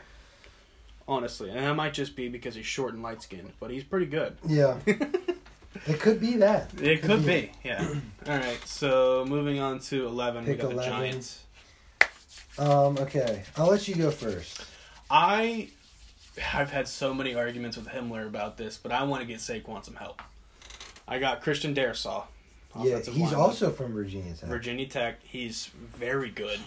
[SPEAKER 3] honestly, and that might just be because he's short and light skinned, but he's pretty good.
[SPEAKER 1] Yeah. it could be that.
[SPEAKER 3] It could be, yeah. all right, so moving on to eleven,
[SPEAKER 1] Pick
[SPEAKER 3] we got
[SPEAKER 1] 11.
[SPEAKER 3] the Giants.
[SPEAKER 1] Um, okay. I'll let you go first.
[SPEAKER 3] I I've had so many arguments with Himmler about this, but I want to get Saquon some help. I got Christian Darisaw.
[SPEAKER 1] Yeah,
[SPEAKER 3] offensive
[SPEAKER 1] he's
[SPEAKER 3] lineman.
[SPEAKER 1] also from Virginia Tech.
[SPEAKER 3] Virginia Tech. He's very good.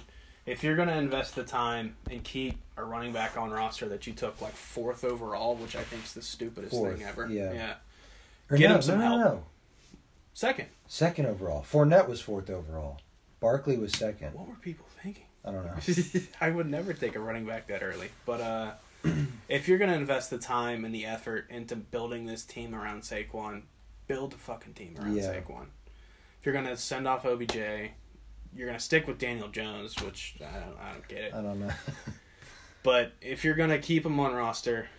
[SPEAKER 3] If you're going to invest the time and keep a running back on roster that you took like fourth overall, which I think is the stupidest
[SPEAKER 1] Fourth,
[SPEAKER 3] thing ever.
[SPEAKER 1] yeah.
[SPEAKER 3] yeah.
[SPEAKER 1] Or
[SPEAKER 3] Get
[SPEAKER 1] no,
[SPEAKER 3] him some
[SPEAKER 1] no, no,
[SPEAKER 3] help.
[SPEAKER 1] no.
[SPEAKER 3] Second,
[SPEAKER 1] Second overall. Fournette was fourth overall. Barkley was second.
[SPEAKER 3] what were people thinking?
[SPEAKER 1] I don't know.
[SPEAKER 3] I would never take a running back that early. But uh, if you're going to invest the time and the effort into building this team around Saquon, build a fucking team around
[SPEAKER 1] Yeah.
[SPEAKER 3] Saquon. If you're going to send off OBJ, you're going to stick with Daniel Jones, which I don't, I don't get it.
[SPEAKER 1] I don't know.
[SPEAKER 3] But if you're going to keep him on roster,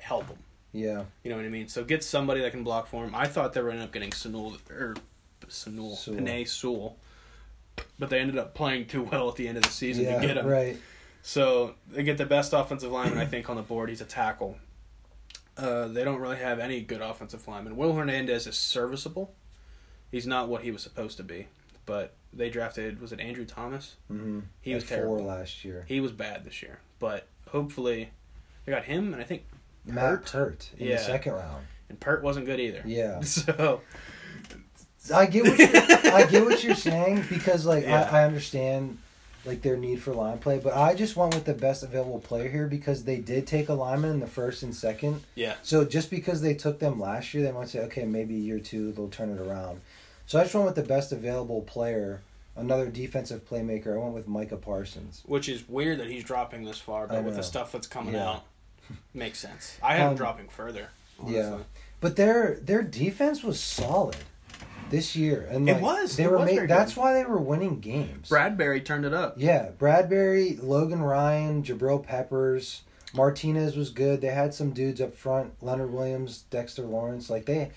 [SPEAKER 3] help him.
[SPEAKER 1] yeah.
[SPEAKER 3] You know what I mean? So get somebody that can block for him. I thought they were ended up getting Sunul or Sunul
[SPEAKER 1] Sewell.
[SPEAKER 3] Panay Sewell, but they ended up playing too well at the end of the season
[SPEAKER 1] Yeah.
[SPEAKER 3] to get him.
[SPEAKER 1] Right.
[SPEAKER 3] So they get the best offensive lineman I think on the board. He's a tackle. Uh, they don't really have any good offensive lineman. Will Hernandez is serviceable. He's not what he was supposed to be, but they drafted was it Andrew Thomas?
[SPEAKER 1] Mm-hmm.
[SPEAKER 3] He was
[SPEAKER 1] At
[SPEAKER 3] terrible.
[SPEAKER 1] four last year.
[SPEAKER 3] He was bad this year, but hopefully they got him and I think
[SPEAKER 1] Matt Pert in
[SPEAKER 3] Yeah.
[SPEAKER 1] the second round.
[SPEAKER 3] and Pert wasn't good either.
[SPEAKER 1] Yeah.
[SPEAKER 3] So
[SPEAKER 1] I get what you're, I get what you're saying because like
[SPEAKER 3] Yeah.
[SPEAKER 1] I, I understand like their need for line play, but I just went with the best available player here because they did take a lineman in the first and second.
[SPEAKER 3] yeah,
[SPEAKER 1] So just because they took them last year, they might say, okay, maybe year two they'll turn it around. So I just went with the best available player, another defensive playmaker. I went with Micah Parsons.
[SPEAKER 3] which is weird that he's dropping this far,
[SPEAKER 1] I
[SPEAKER 3] but with
[SPEAKER 1] know.
[SPEAKER 3] the stuff that's coming
[SPEAKER 1] Yeah.
[SPEAKER 3] out, makes sense. I had
[SPEAKER 1] Um,
[SPEAKER 3] him dropping further. Honestly.
[SPEAKER 1] Yeah, but their their defense was solid this year, and
[SPEAKER 3] It
[SPEAKER 1] like,
[SPEAKER 3] was.
[SPEAKER 1] they
[SPEAKER 3] It
[SPEAKER 1] were
[SPEAKER 3] was
[SPEAKER 1] ma-
[SPEAKER 3] very
[SPEAKER 1] that's
[SPEAKER 3] good.
[SPEAKER 1] why they were winning games.
[SPEAKER 3] Bradbury turned it up.
[SPEAKER 1] Yeah, Bradbury, Logan Ryan, Jabril Peppers, Martinez was good. They had some dudes up front, Leonard Williams, Dexter Lawrence. Like they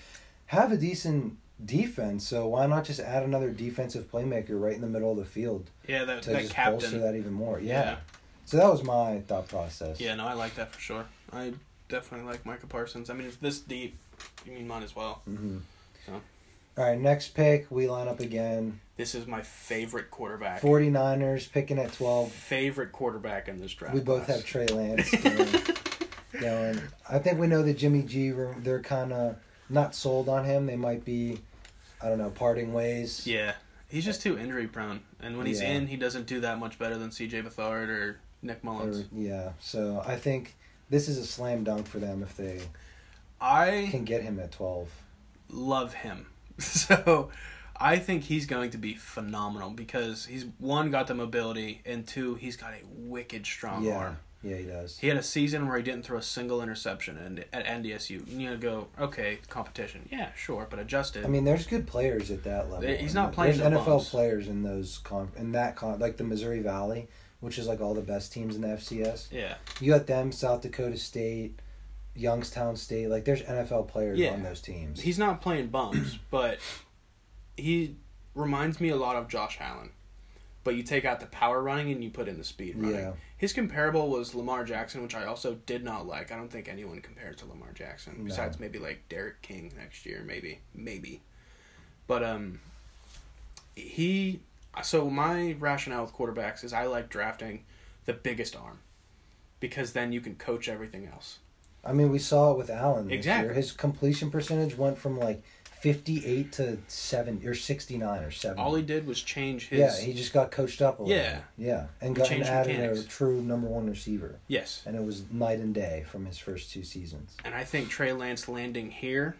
[SPEAKER 1] have a decent defense, so why not just add another defensive playmaker right in the middle of the field
[SPEAKER 3] Yeah, that,
[SPEAKER 1] to
[SPEAKER 3] that
[SPEAKER 1] just
[SPEAKER 3] captain.
[SPEAKER 1] bolster that even more? Yeah.
[SPEAKER 3] Yeah.
[SPEAKER 1] So that was my thought process.
[SPEAKER 3] Yeah, no, I like that for sure. I definitely like Micah Parsons. I mean, if this deep, you mean mine as well.
[SPEAKER 1] Mm-hmm.
[SPEAKER 3] So.
[SPEAKER 1] All right, next pick, we line up again.
[SPEAKER 3] This is my favorite quarterback.
[SPEAKER 1] 49ers picking at 12.
[SPEAKER 3] Favorite quarterback in this draft.
[SPEAKER 1] We both
[SPEAKER 3] class.
[SPEAKER 1] have Trey Lance. and going. I think we know that Jimmy G. we're- They're kind of not sold on him. They might be, I don't know, parting ways.
[SPEAKER 3] Yeah, he's just too injury prone, and when he's
[SPEAKER 1] Yeah.
[SPEAKER 3] in, he doesn't do that much better than C.J. Beathard or Nick
[SPEAKER 1] Or,
[SPEAKER 3] Mullins.
[SPEAKER 1] yeah. So I think this is a slam dunk for them if they
[SPEAKER 3] I
[SPEAKER 1] can get him at twelve.
[SPEAKER 3] love him, so I think he's going to be phenomenal because he's one got the mobility, and two he's got a wicked strong
[SPEAKER 1] yeah.
[SPEAKER 3] arm.
[SPEAKER 1] Yeah, he does.
[SPEAKER 3] He had a season where he didn't throw a single interception and at NDSU. And you go, okay, competition. Yeah, sure, but adjusted.
[SPEAKER 1] I mean, there's good players at that level.
[SPEAKER 3] He's
[SPEAKER 1] And
[SPEAKER 3] not playing
[SPEAKER 1] There's
[SPEAKER 3] the
[SPEAKER 1] NFL
[SPEAKER 3] bums.
[SPEAKER 1] players in those con in that con like the Missouri Valley, which is like all the best teams in the FCS.
[SPEAKER 3] yeah.
[SPEAKER 1] You got them, South Dakota State, Youngstown State. Like there's NFL players
[SPEAKER 3] Yeah.
[SPEAKER 1] on those teams.
[SPEAKER 3] He's not playing bums, but he reminds me a lot of Josh Allen. But you take out the power running and you put in the speed running.
[SPEAKER 1] Yeah.
[SPEAKER 3] His comparable was Lamar Jackson, which I also did not like. I don't think anyone compares to Lamar Jackson
[SPEAKER 1] No.
[SPEAKER 3] besides maybe like Derek King next year, maybe, maybe. But um, he. So my rationale with quarterbacks is I like drafting the biggest arm because then you can coach everything else.
[SPEAKER 1] I mean, we saw it with Allen. This
[SPEAKER 3] Exactly.
[SPEAKER 1] Year. His completion percentage went from like 58 to 7 or 69 or 70.
[SPEAKER 3] All he did was change his.
[SPEAKER 1] Mm-hmm. yeah, he just got coached up a little.
[SPEAKER 3] Yeah.
[SPEAKER 1] Yeah. And
[SPEAKER 3] He
[SPEAKER 1] got an
[SPEAKER 3] changed
[SPEAKER 1] added a
[SPEAKER 3] mechanics.
[SPEAKER 1] true number one receiver.
[SPEAKER 3] yes.
[SPEAKER 1] And it was night and day from his first two seasons.
[SPEAKER 3] And I think Trey Lance landing here,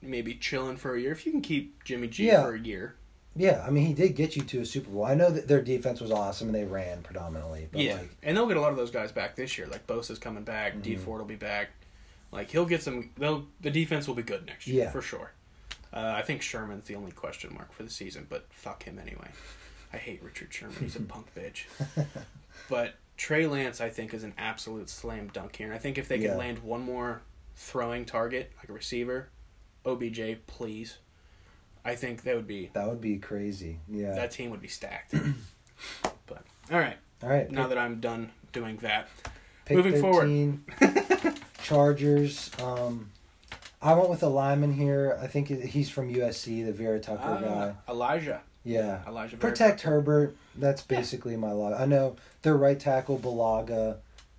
[SPEAKER 3] maybe chilling for a year. If you can keep Jimmy G
[SPEAKER 1] Yeah.
[SPEAKER 3] for a year,
[SPEAKER 1] Yeah, I mean, he did get you to a Super Bowl. I know that their defense was awesome and they ran predominantly. But
[SPEAKER 3] yeah.
[SPEAKER 1] like,
[SPEAKER 3] and they'll get a lot of those guys back this year. Like Bosa's coming back, D Ford will be back. Like he'll get some. They'll the defense will be good next year
[SPEAKER 1] Yeah.
[SPEAKER 3] for sure. Uh, I think Sherman's the only question mark for the season, but fuck him anyway. I hate Richard Sherman. He's a punk bitch. But Trey Lance, I think, is an absolute slam dunk here. And I think if they
[SPEAKER 1] Yeah.
[SPEAKER 3] could land one more throwing target, like a receiver, OBJ, please, I think that would be
[SPEAKER 1] that would be crazy. Yeah.
[SPEAKER 3] that team would be stacked. but all right,
[SPEAKER 1] All right.
[SPEAKER 3] now that I'm done doing that,
[SPEAKER 1] Pick
[SPEAKER 3] Moving
[SPEAKER 1] 13, Chargers. Um, I went with a lineman here. I think it- he's from USC, the Vera Tucker
[SPEAKER 3] uh,
[SPEAKER 1] guy.
[SPEAKER 3] Elijah,
[SPEAKER 1] Yeah.
[SPEAKER 3] Elijah,
[SPEAKER 1] Ah.
[SPEAKER 3] Vera-
[SPEAKER 1] Protect Herbert. That's basically my log. I know their right tackle Balaga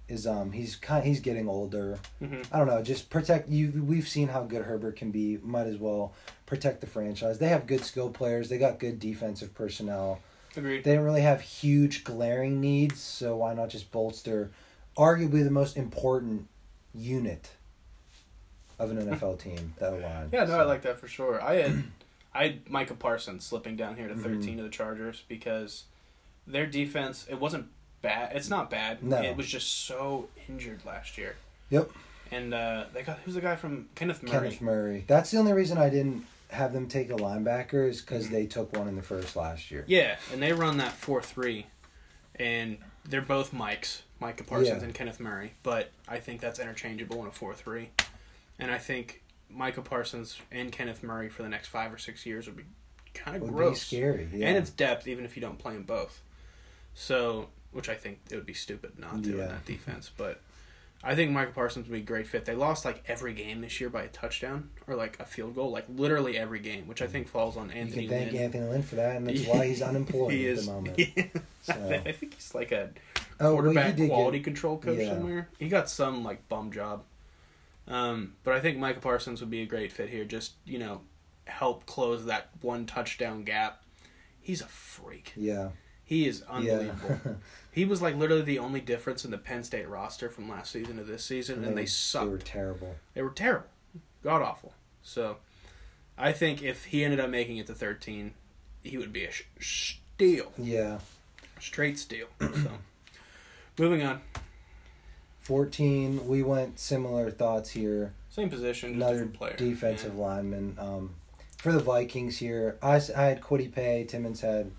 [SPEAKER 1] is um he's kind he's getting older.
[SPEAKER 3] Mhm.
[SPEAKER 1] I don't know. Just protect you. We've seen how good Herbert can be. Might as well protect the franchise. They have good skill players. They got good defensive personnel.
[SPEAKER 3] Agreed.
[SPEAKER 1] They didn't really have huge glaring needs, so why not just bolster arguably the most important unit of an NFL team, that line.
[SPEAKER 3] Yeah, no,
[SPEAKER 1] So,
[SPEAKER 3] I like that for sure. I had I had Micah Parsons slipping down here to
[SPEAKER 1] Mm-hmm.
[SPEAKER 3] 13 to the Chargers because their defense it wasn't bad. It's not bad.
[SPEAKER 1] No.
[SPEAKER 3] It was just so injured last year.
[SPEAKER 1] Yep.
[SPEAKER 3] And uh, they got who's the guy from Kenneth Murray?
[SPEAKER 1] Kenneth Murray. That's the only reason I didn't have them take a linebacker is because they took one in the first last year.
[SPEAKER 3] Mm-hmm. Yeah, and they run that four three, and they're both Mikes, Micah Parsons
[SPEAKER 1] Yeah.
[SPEAKER 3] and Kenneth Murray. But I think that's interchangeable in a four three, and I think Micah Parsons and Kenneth Murray for the next five or six years would be kind
[SPEAKER 1] It
[SPEAKER 3] of
[SPEAKER 1] would be
[SPEAKER 3] gross.
[SPEAKER 1] scary. Yeah.
[SPEAKER 3] and it's depth even if you don't play them both. So, which I think it would be stupid not to
[SPEAKER 1] Yeah.
[SPEAKER 3] in that defense, but I think Michael Parsons would be a great fit. They lost like every game this year by a touchdown or like a field goal, like literally every game, which I think falls on
[SPEAKER 1] Mm-hmm. you
[SPEAKER 3] Anthony
[SPEAKER 1] can thank
[SPEAKER 3] Lynn.
[SPEAKER 1] Anthony Lynn for that, and that's why he's unemployed
[SPEAKER 3] He
[SPEAKER 1] at
[SPEAKER 3] is-
[SPEAKER 1] the moment. So.
[SPEAKER 3] I think he's like a
[SPEAKER 1] Oh, well, he
[SPEAKER 3] quarterback
[SPEAKER 1] did
[SPEAKER 3] quality
[SPEAKER 1] get,
[SPEAKER 3] control coach
[SPEAKER 1] yeah.
[SPEAKER 3] somewhere. He got some like bum job. Um, but I think Michael Parsons would be a great fit here. Just you know, help close that one touchdown gap. He's a freak.
[SPEAKER 1] yeah,
[SPEAKER 3] He is
[SPEAKER 1] yeah.
[SPEAKER 3] unbelievable. he was like literally the only difference in the Penn State roster from last season to this season, and, they,
[SPEAKER 1] were-
[SPEAKER 3] sucked.
[SPEAKER 1] They were terrible.
[SPEAKER 3] terrible, god awful. So, I think if he ended up making it to thirteen, he would be a sh- steal,
[SPEAKER 1] Yeah.
[SPEAKER 3] straight steal. so, moving on.
[SPEAKER 1] 14, we went similar thoughts here.
[SPEAKER 3] Same position, just
[SPEAKER 1] another
[SPEAKER 3] different player.
[SPEAKER 1] defensive lineman. Um, for the Vikings here, I, s- I had Quiddy Pay, Timmons had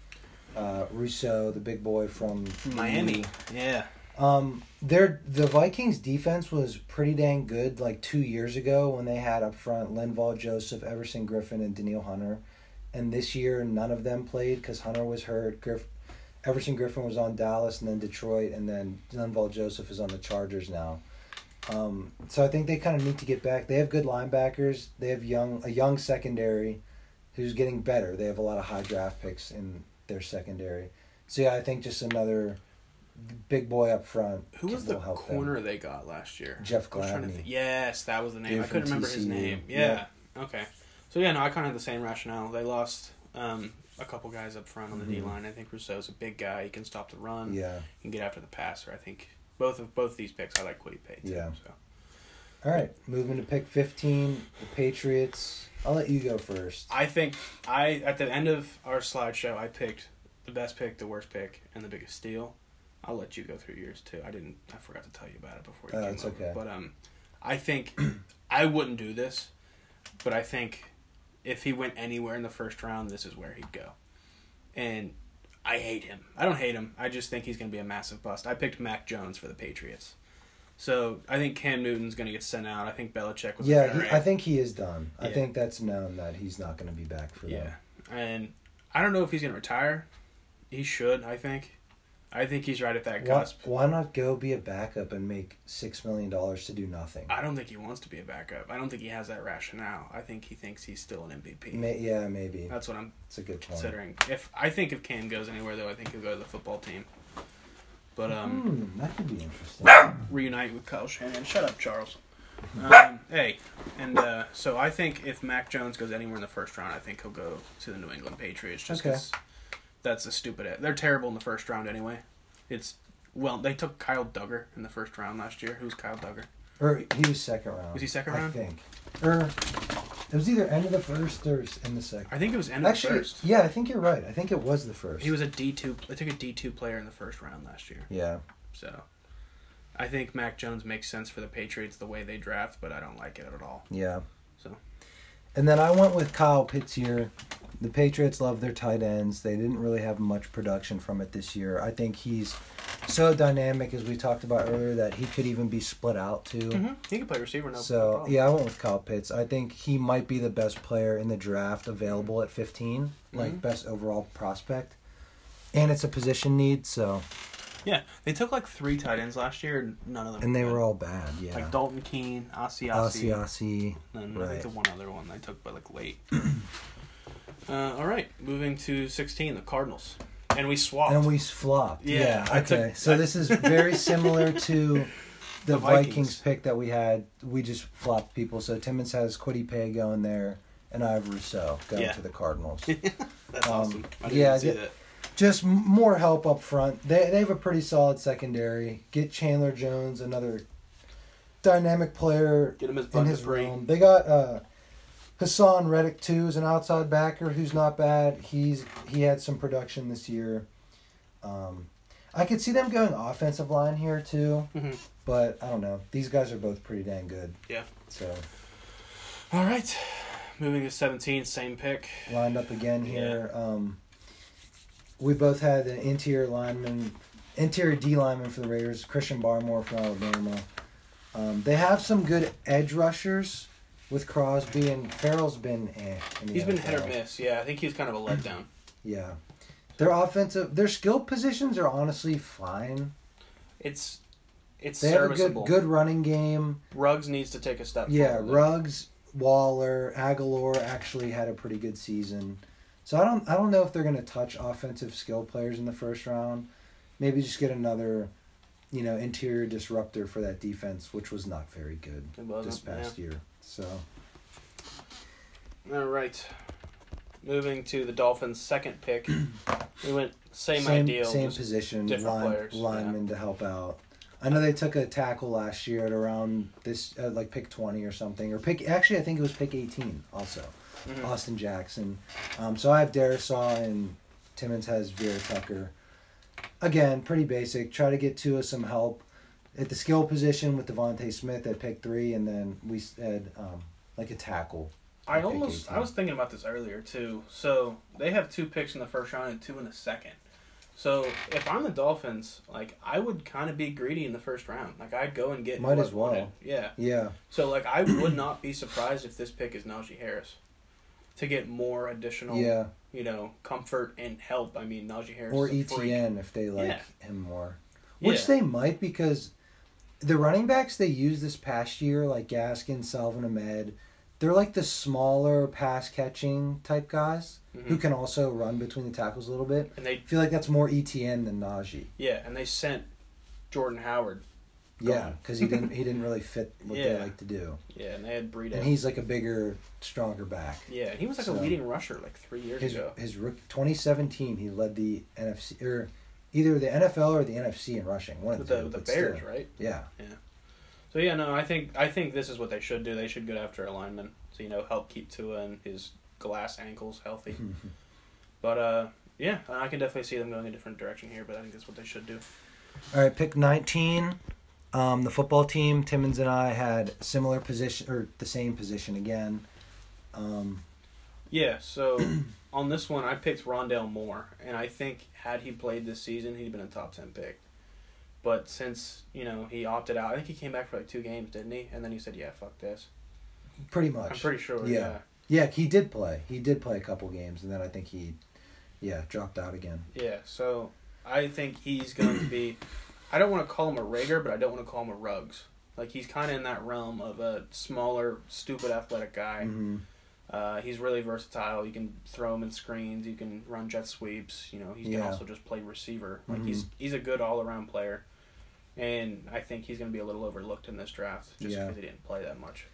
[SPEAKER 1] uh, Rousseau, the big boy from
[SPEAKER 3] Yeah. Miami. Yeah.
[SPEAKER 1] Um, their the Vikings defense was pretty dang good like two years ago when they had up front Linval Joseph, Everson Griffin, and Daniil Hunter, and this year none of them played because Hunter was hurt. Griff, Everson Griffin was on Dallas and then Detroit, and then Linval Joseph is on the Chargers now. Um, so I think they kind of need to get back. They have good linebackers. They have young a young secondary, who's getting better. They have a lot of high draft picks in their secondary. So yeah, I think just another big boy up front.
[SPEAKER 3] Who was
[SPEAKER 1] will
[SPEAKER 3] the
[SPEAKER 1] help them.
[SPEAKER 3] corner they got last year?
[SPEAKER 1] Jeff
[SPEAKER 3] I was trying to
[SPEAKER 1] Gladney.
[SPEAKER 3] thi- Yes, that was the name.
[SPEAKER 1] Dude
[SPEAKER 3] I
[SPEAKER 1] from
[SPEAKER 3] couldn't remember his
[SPEAKER 1] TCU.
[SPEAKER 3] name. Yeah. Okay. So yeah, no, I kind of had the same rationale. They lost um, a couple guys up front on the D line. I think Rousseau's a big guy. He can stop the run.
[SPEAKER 1] Mm-hmm. Yeah.
[SPEAKER 3] He can get after the passer. I think both of both these picks, I like what he paid. Too,
[SPEAKER 1] Yeah.
[SPEAKER 3] So
[SPEAKER 1] All right, moving to pick 15, the Patriots. I'll let you go first.
[SPEAKER 3] I think I at the end of our slideshow, I picked the best pick, the worst pick, and the biggest steal. I'll let you go through yours too. I didn't. I forgot to tell you about it before you
[SPEAKER 1] Oh,
[SPEAKER 3] came
[SPEAKER 1] it's
[SPEAKER 3] over.
[SPEAKER 1] okay.
[SPEAKER 3] But um, I think I wouldn't do this, but I think if he went anywhere in the first round, this is where he'd go. And I hate him. I don't hate him. I just think he's going to be a massive bust. I picked Mac Jones for the Patriots. So I think Cam Newton's going to get sent out. I think Belichick was. like,
[SPEAKER 1] Yeah,
[SPEAKER 3] "All
[SPEAKER 1] he,
[SPEAKER 3] right."
[SPEAKER 1] I think he is done. I
[SPEAKER 3] Yeah.
[SPEAKER 1] think that's known that he's not going to be back for them.
[SPEAKER 3] Yeah, and I don't know if he's gonna retire. He should, I think. I think he's right at that
[SPEAKER 1] Why,
[SPEAKER 3] cusp.
[SPEAKER 1] why not go be a backup and make $6 million to do nothing?
[SPEAKER 3] I don't think he wants to be a backup. I don't think he has that rationale. I think he thinks he's still an MVP.
[SPEAKER 1] May, yeah, maybe.
[SPEAKER 3] That's what I'm
[SPEAKER 1] That's a good point.
[SPEAKER 3] considering. If I think if Cam goes anywhere though, I think he'll go to the football team. But um,
[SPEAKER 1] Hmm, that could be interesting.
[SPEAKER 3] reunite with Kyle Shannon. Shut up, Charles. Um, hey, and uh, so I think if Mac Jones goes anywhere in the first round, I think he'll go to the New England Patriots. Just
[SPEAKER 1] Okay.
[SPEAKER 3] because that's a stupid. They're terrible in the first round anyway. It's well, they took Kyle Duggar in the first round last year. Who's Kyle Duggar?
[SPEAKER 1] or Er, he was second round.
[SPEAKER 3] Was he second
[SPEAKER 1] I
[SPEAKER 3] round?
[SPEAKER 1] think. Or it was either end of the first or s- in the second.
[SPEAKER 3] I think it was end of the
[SPEAKER 1] Actually,
[SPEAKER 3] first.
[SPEAKER 1] yeah, I think you're right. I think it was the first.
[SPEAKER 3] He was a D two. They took a D two player in the first round last year.
[SPEAKER 1] Yeah.
[SPEAKER 3] So. I think Mac Jones makes sense for the Patriots the way they draft, but I don't like it at all.
[SPEAKER 1] Yeah.
[SPEAKER 3] So.
[SPEAKER 1] And then I went with Kyle Pitts here. The Patriots love their tight ends. They didn't really have much production from it this year. I think he's so dynamic, as we talked about earlier, that he could even be split out too.
[SPEAKER 3] hmm He can play receiver, no no
[SPEAKER 1] Mm-hmm. So
[SPEAKER 3] problem.
[SPEAKER 1] yeah, I went with Kyle Pitts. I think he might be the best player in the draft available at 15,
[SPEAKER 3] Mm-hmm.
[SPEAKER 1] like best overall prospect. And it's a position need, so
[SPEAKER 3] Yeah, they took like three tight ends last year, and none of them.
[SPEAKER 1] and they
[SPEAKER 3] good.
[SPEAKER 1] were all bad.
[SPEAKER 3] like
[SPEAKER 1] Yeah,
[SPEAKER 3] Dalton Keene, Asiasi,
[SPEAKER 1] Asiasi,
[SPEAKER 3] and I
[SPEAKER 1] right?
[SPEAKER 3] think the one other one they took, but like late. uh, all right, moving to sixteen, the Cardinals, and we swapped.
[SPEAKER 1] And we flopped. Yeah.
[SPEAKER 3] Yeah, I
[SPEAKER 1] okay.
[SPEAKER 3] took-
[SPEAKER 1] so
[SPEAKER 3] I-
[SPEAKER 1] this is very similar to the, Vikings.
[SPEAKER 3] Vikings.
[SPEAKER 1] pick that we had. We just flopped people. So Timmons has Quiddy Pay going there, and I have Rousseau going
[SPEAKER 3] Yeah.
[SPEAKER 1] to the Cardinals.
[SPEAKER 3] That's
[SPEAKER 1] um,
[SPEAKER 3] awesome. I didn't
[SPEAKER 1] yeah,
[SPEAKER 3] see
[SPEAKER 1] yeah.
[SPEAKER 3] that.
[SPEAKER 1] just m- more help up front. They they have a pretty solid secondary. Get Chandler Jones, another dynamic player
[SPEAKER 3] Get him as
[SPEAKER 1] in
[SPEAKER 3] Bud
[SPEAKER 1] his
[SPEAKER 3] Dupree.
[SPEAKER 1] realm. They got uh, Hassan Reddick too, is an outside backer who's not bad. He's he had some production this year. Um, I could see them going offensive line here too,
[SPEAKER 3] Mhm.
[SPEAKER 1] but I don't know. These guys are both pretty dang good.
[SPEAKER 3] Yeah.
[SPEAKER 1] So
[SPEAKER 3] All right, moving to seventeen, same pick.
[SPEAKER 1] lined up again here. Um, we both had an interior lineman, interior D lineman for the Raiders, Christian Barmore from Alabama. Um, they have some good edge rushers with Crosby and Farrell's been eh. in the
[SPEAKER 3] He's been hit or
[SPEAKER 1] NFL.
[SPEAKER 3] miss. Yeah, I think he was kind of a letdown.
[SPEAKER 1] Yeah, their offensive, their skill positions are honestly fine.
[SPEAKER 3] It's it's
[SPEAKER 1] They have a good
[SPEAKER 3] serviceable.
[SPEAKER 1] good running game.
[SPEAKER 3] Ruggs needs to take a step.
[SPEAKER 1] Yeah,
[SPEAKER 3] forward.
[SPEAKER 1] Ruggs, Waller, Aguilar actually had a pretty good season. So I don't I don't know if they're going to touch offensive skill players in the first round. Maybe just get another, you know, interior disruptor for that defense, which was not very good
[SPEAKER 3] It wasn't,
[SPEAKER 1] this past year. So
[SPEAKER 3] All right. Moving to the Dolphins' second pick. we went same, ideal.
[SPEAKER 1] same
[SPEAKER 3] just-
[SPEAKER 1] position,
[SPEAKER 3] different
[SPEAKER 1] line,
[SPEAKER 3] players, yeah.
[SPEAKER 1] lineman to help out. I know they took a tackle last year at around this, uh, like pick twenty or something, or pick. Actually, I think it was pick eighteen. Also,
[SPEAKER 3] Mhm.
[SPEAKER 1] Austin Jackson. Um, so I have Darisaw and Timmons has Vera Tucker. Again, pretty basic. Try to get Tua some help at the skill position with Devontae Smith at pick three, and then we said um, like a tackle. at
[SPEAKER 3] I
[SPEAKER 1] pick
[SPEAKER 3] almost
[SPEAKER 1] 18.
[SPEAKER 3] I was thinking about this earlier too. So they have two picks in the first round and two in the second. So if I'm the Dolphins, like I would kind of be greedy in the first round. Like I'd go and get
[SPEAKER 1] Might
[SPEAKER 3] who I
[SPEAKER 1] as well.
[SPEAKER 3] wanted. Yeah.
[SPEAKER 1] yeah.
[SPEAKER 3] So like I would not be surprised if this pick is Najee Harris to get more additional,
[SPEAKER 1] Yeah,
[SPEAKER 3] you know, comfort and help. I mean, Najee Harris
[SPEAKER 1] or E
[SPEAKER 3] is a freak.
[SPEAKER 1] ETN if they like
[SPEAKER 3] E Yeah.
[SPEAKER 1] him more.
[SPEAKER 3] Yeah.
[SPEAKER 1] Which they might because the running backs they used this past year, like Gaskin, Salvin Ahmed, they're like the smaller pass catching type guys.
[SPEAKER 3] Mm-hmm.
[SPEAKER 1] who can also run between the tackles a little bit.
[SPEAKER 3] And they
[SPEAKER 1] I feel like that's more ETN than Najee.
[SPEAKER 3] yeah, and they sent Jordan Howard.
[SPEAKER 1] Yeah,
[SPEAKER 3] Gone.
[SPEAKER 1] because he didn't he didn't really fit what they
[SPEAKER 3] Yeah.
[SPEAKER 1] like to do,
[SPEAKER 3] Yeah, and they had Breida.
[SPEAKER 1] and he's like a bigger, stronger back.
[SPEAKER 3] yeah, and he was like
[SPEAKER 1] So-
[SPEAKER 3] a leading rusher like three years
[SPEAKER 1] His
[SPEAKER 3] ago.
[SPEAKER 1] his rook, 2017, he led the NFC or either the NFL or the NFC in rushing. One of
[SPEAKER 3] With
[SPEAKER 1] the,
[SPEAKER 3] the,
[SPEAKER 1] two,
[SPEAKER 3] with the
[SPEAKER 1] but still.
[SPEAKER 3] Bears, right?
[SPEAKER 1] Yeah,
[SPEAKER 3] So yeah, no, I think I think this is what they should do. They should go after a lineman, so you know help keep Tua and his glass ankles healthy. but uh, yeah, I can definitely see them going a different direction here. But I think that's what they should do.
[SPEAKER 1] All right, pick 19. Um, the football team, Timmons and I had similar position or the same position again. Um,
[SPEAKER 3] Yeah. So on this one, I picked Rondell Moore, and I think had he played this season, he'd been a top ten pick. But since you know he opted out, I think he came back for like two games, didn't he? And then he said, "Yeah, fuck this."
[SPEAKER 1] pretty much.
[SPEAKER 3] I'm pretty sure.
[SPEAKER 1] Yeah.
[SPEAKER 3] Yeah.
[SPEAKER 1] yeah, he did play. He did play a couple games, and then I think he, yeah, dropped out again.
[SPEAKER 3] Yeah, so I think he's going to be. I don't want to call him a Rager, but I don't want to call him a Ruggs. Like he's kind of in that realm of a smaller, stupid, athletic guy.
[SPEAKER 1] hmm
[SPEAKER 3] Uh, he's really versatile. You can throw him in screens. You can run jet sweeps. You know, he
[SPEAKER 1] Yeah. Mm-hmm.
[SPEAKER 3] can also just play receiver. Like he's he's a good all around player, and I think he's going to be a little overlooked in this draft just
[SPEAKER 1] Yeah.
[SPEAKER 3] because he didn't play that much.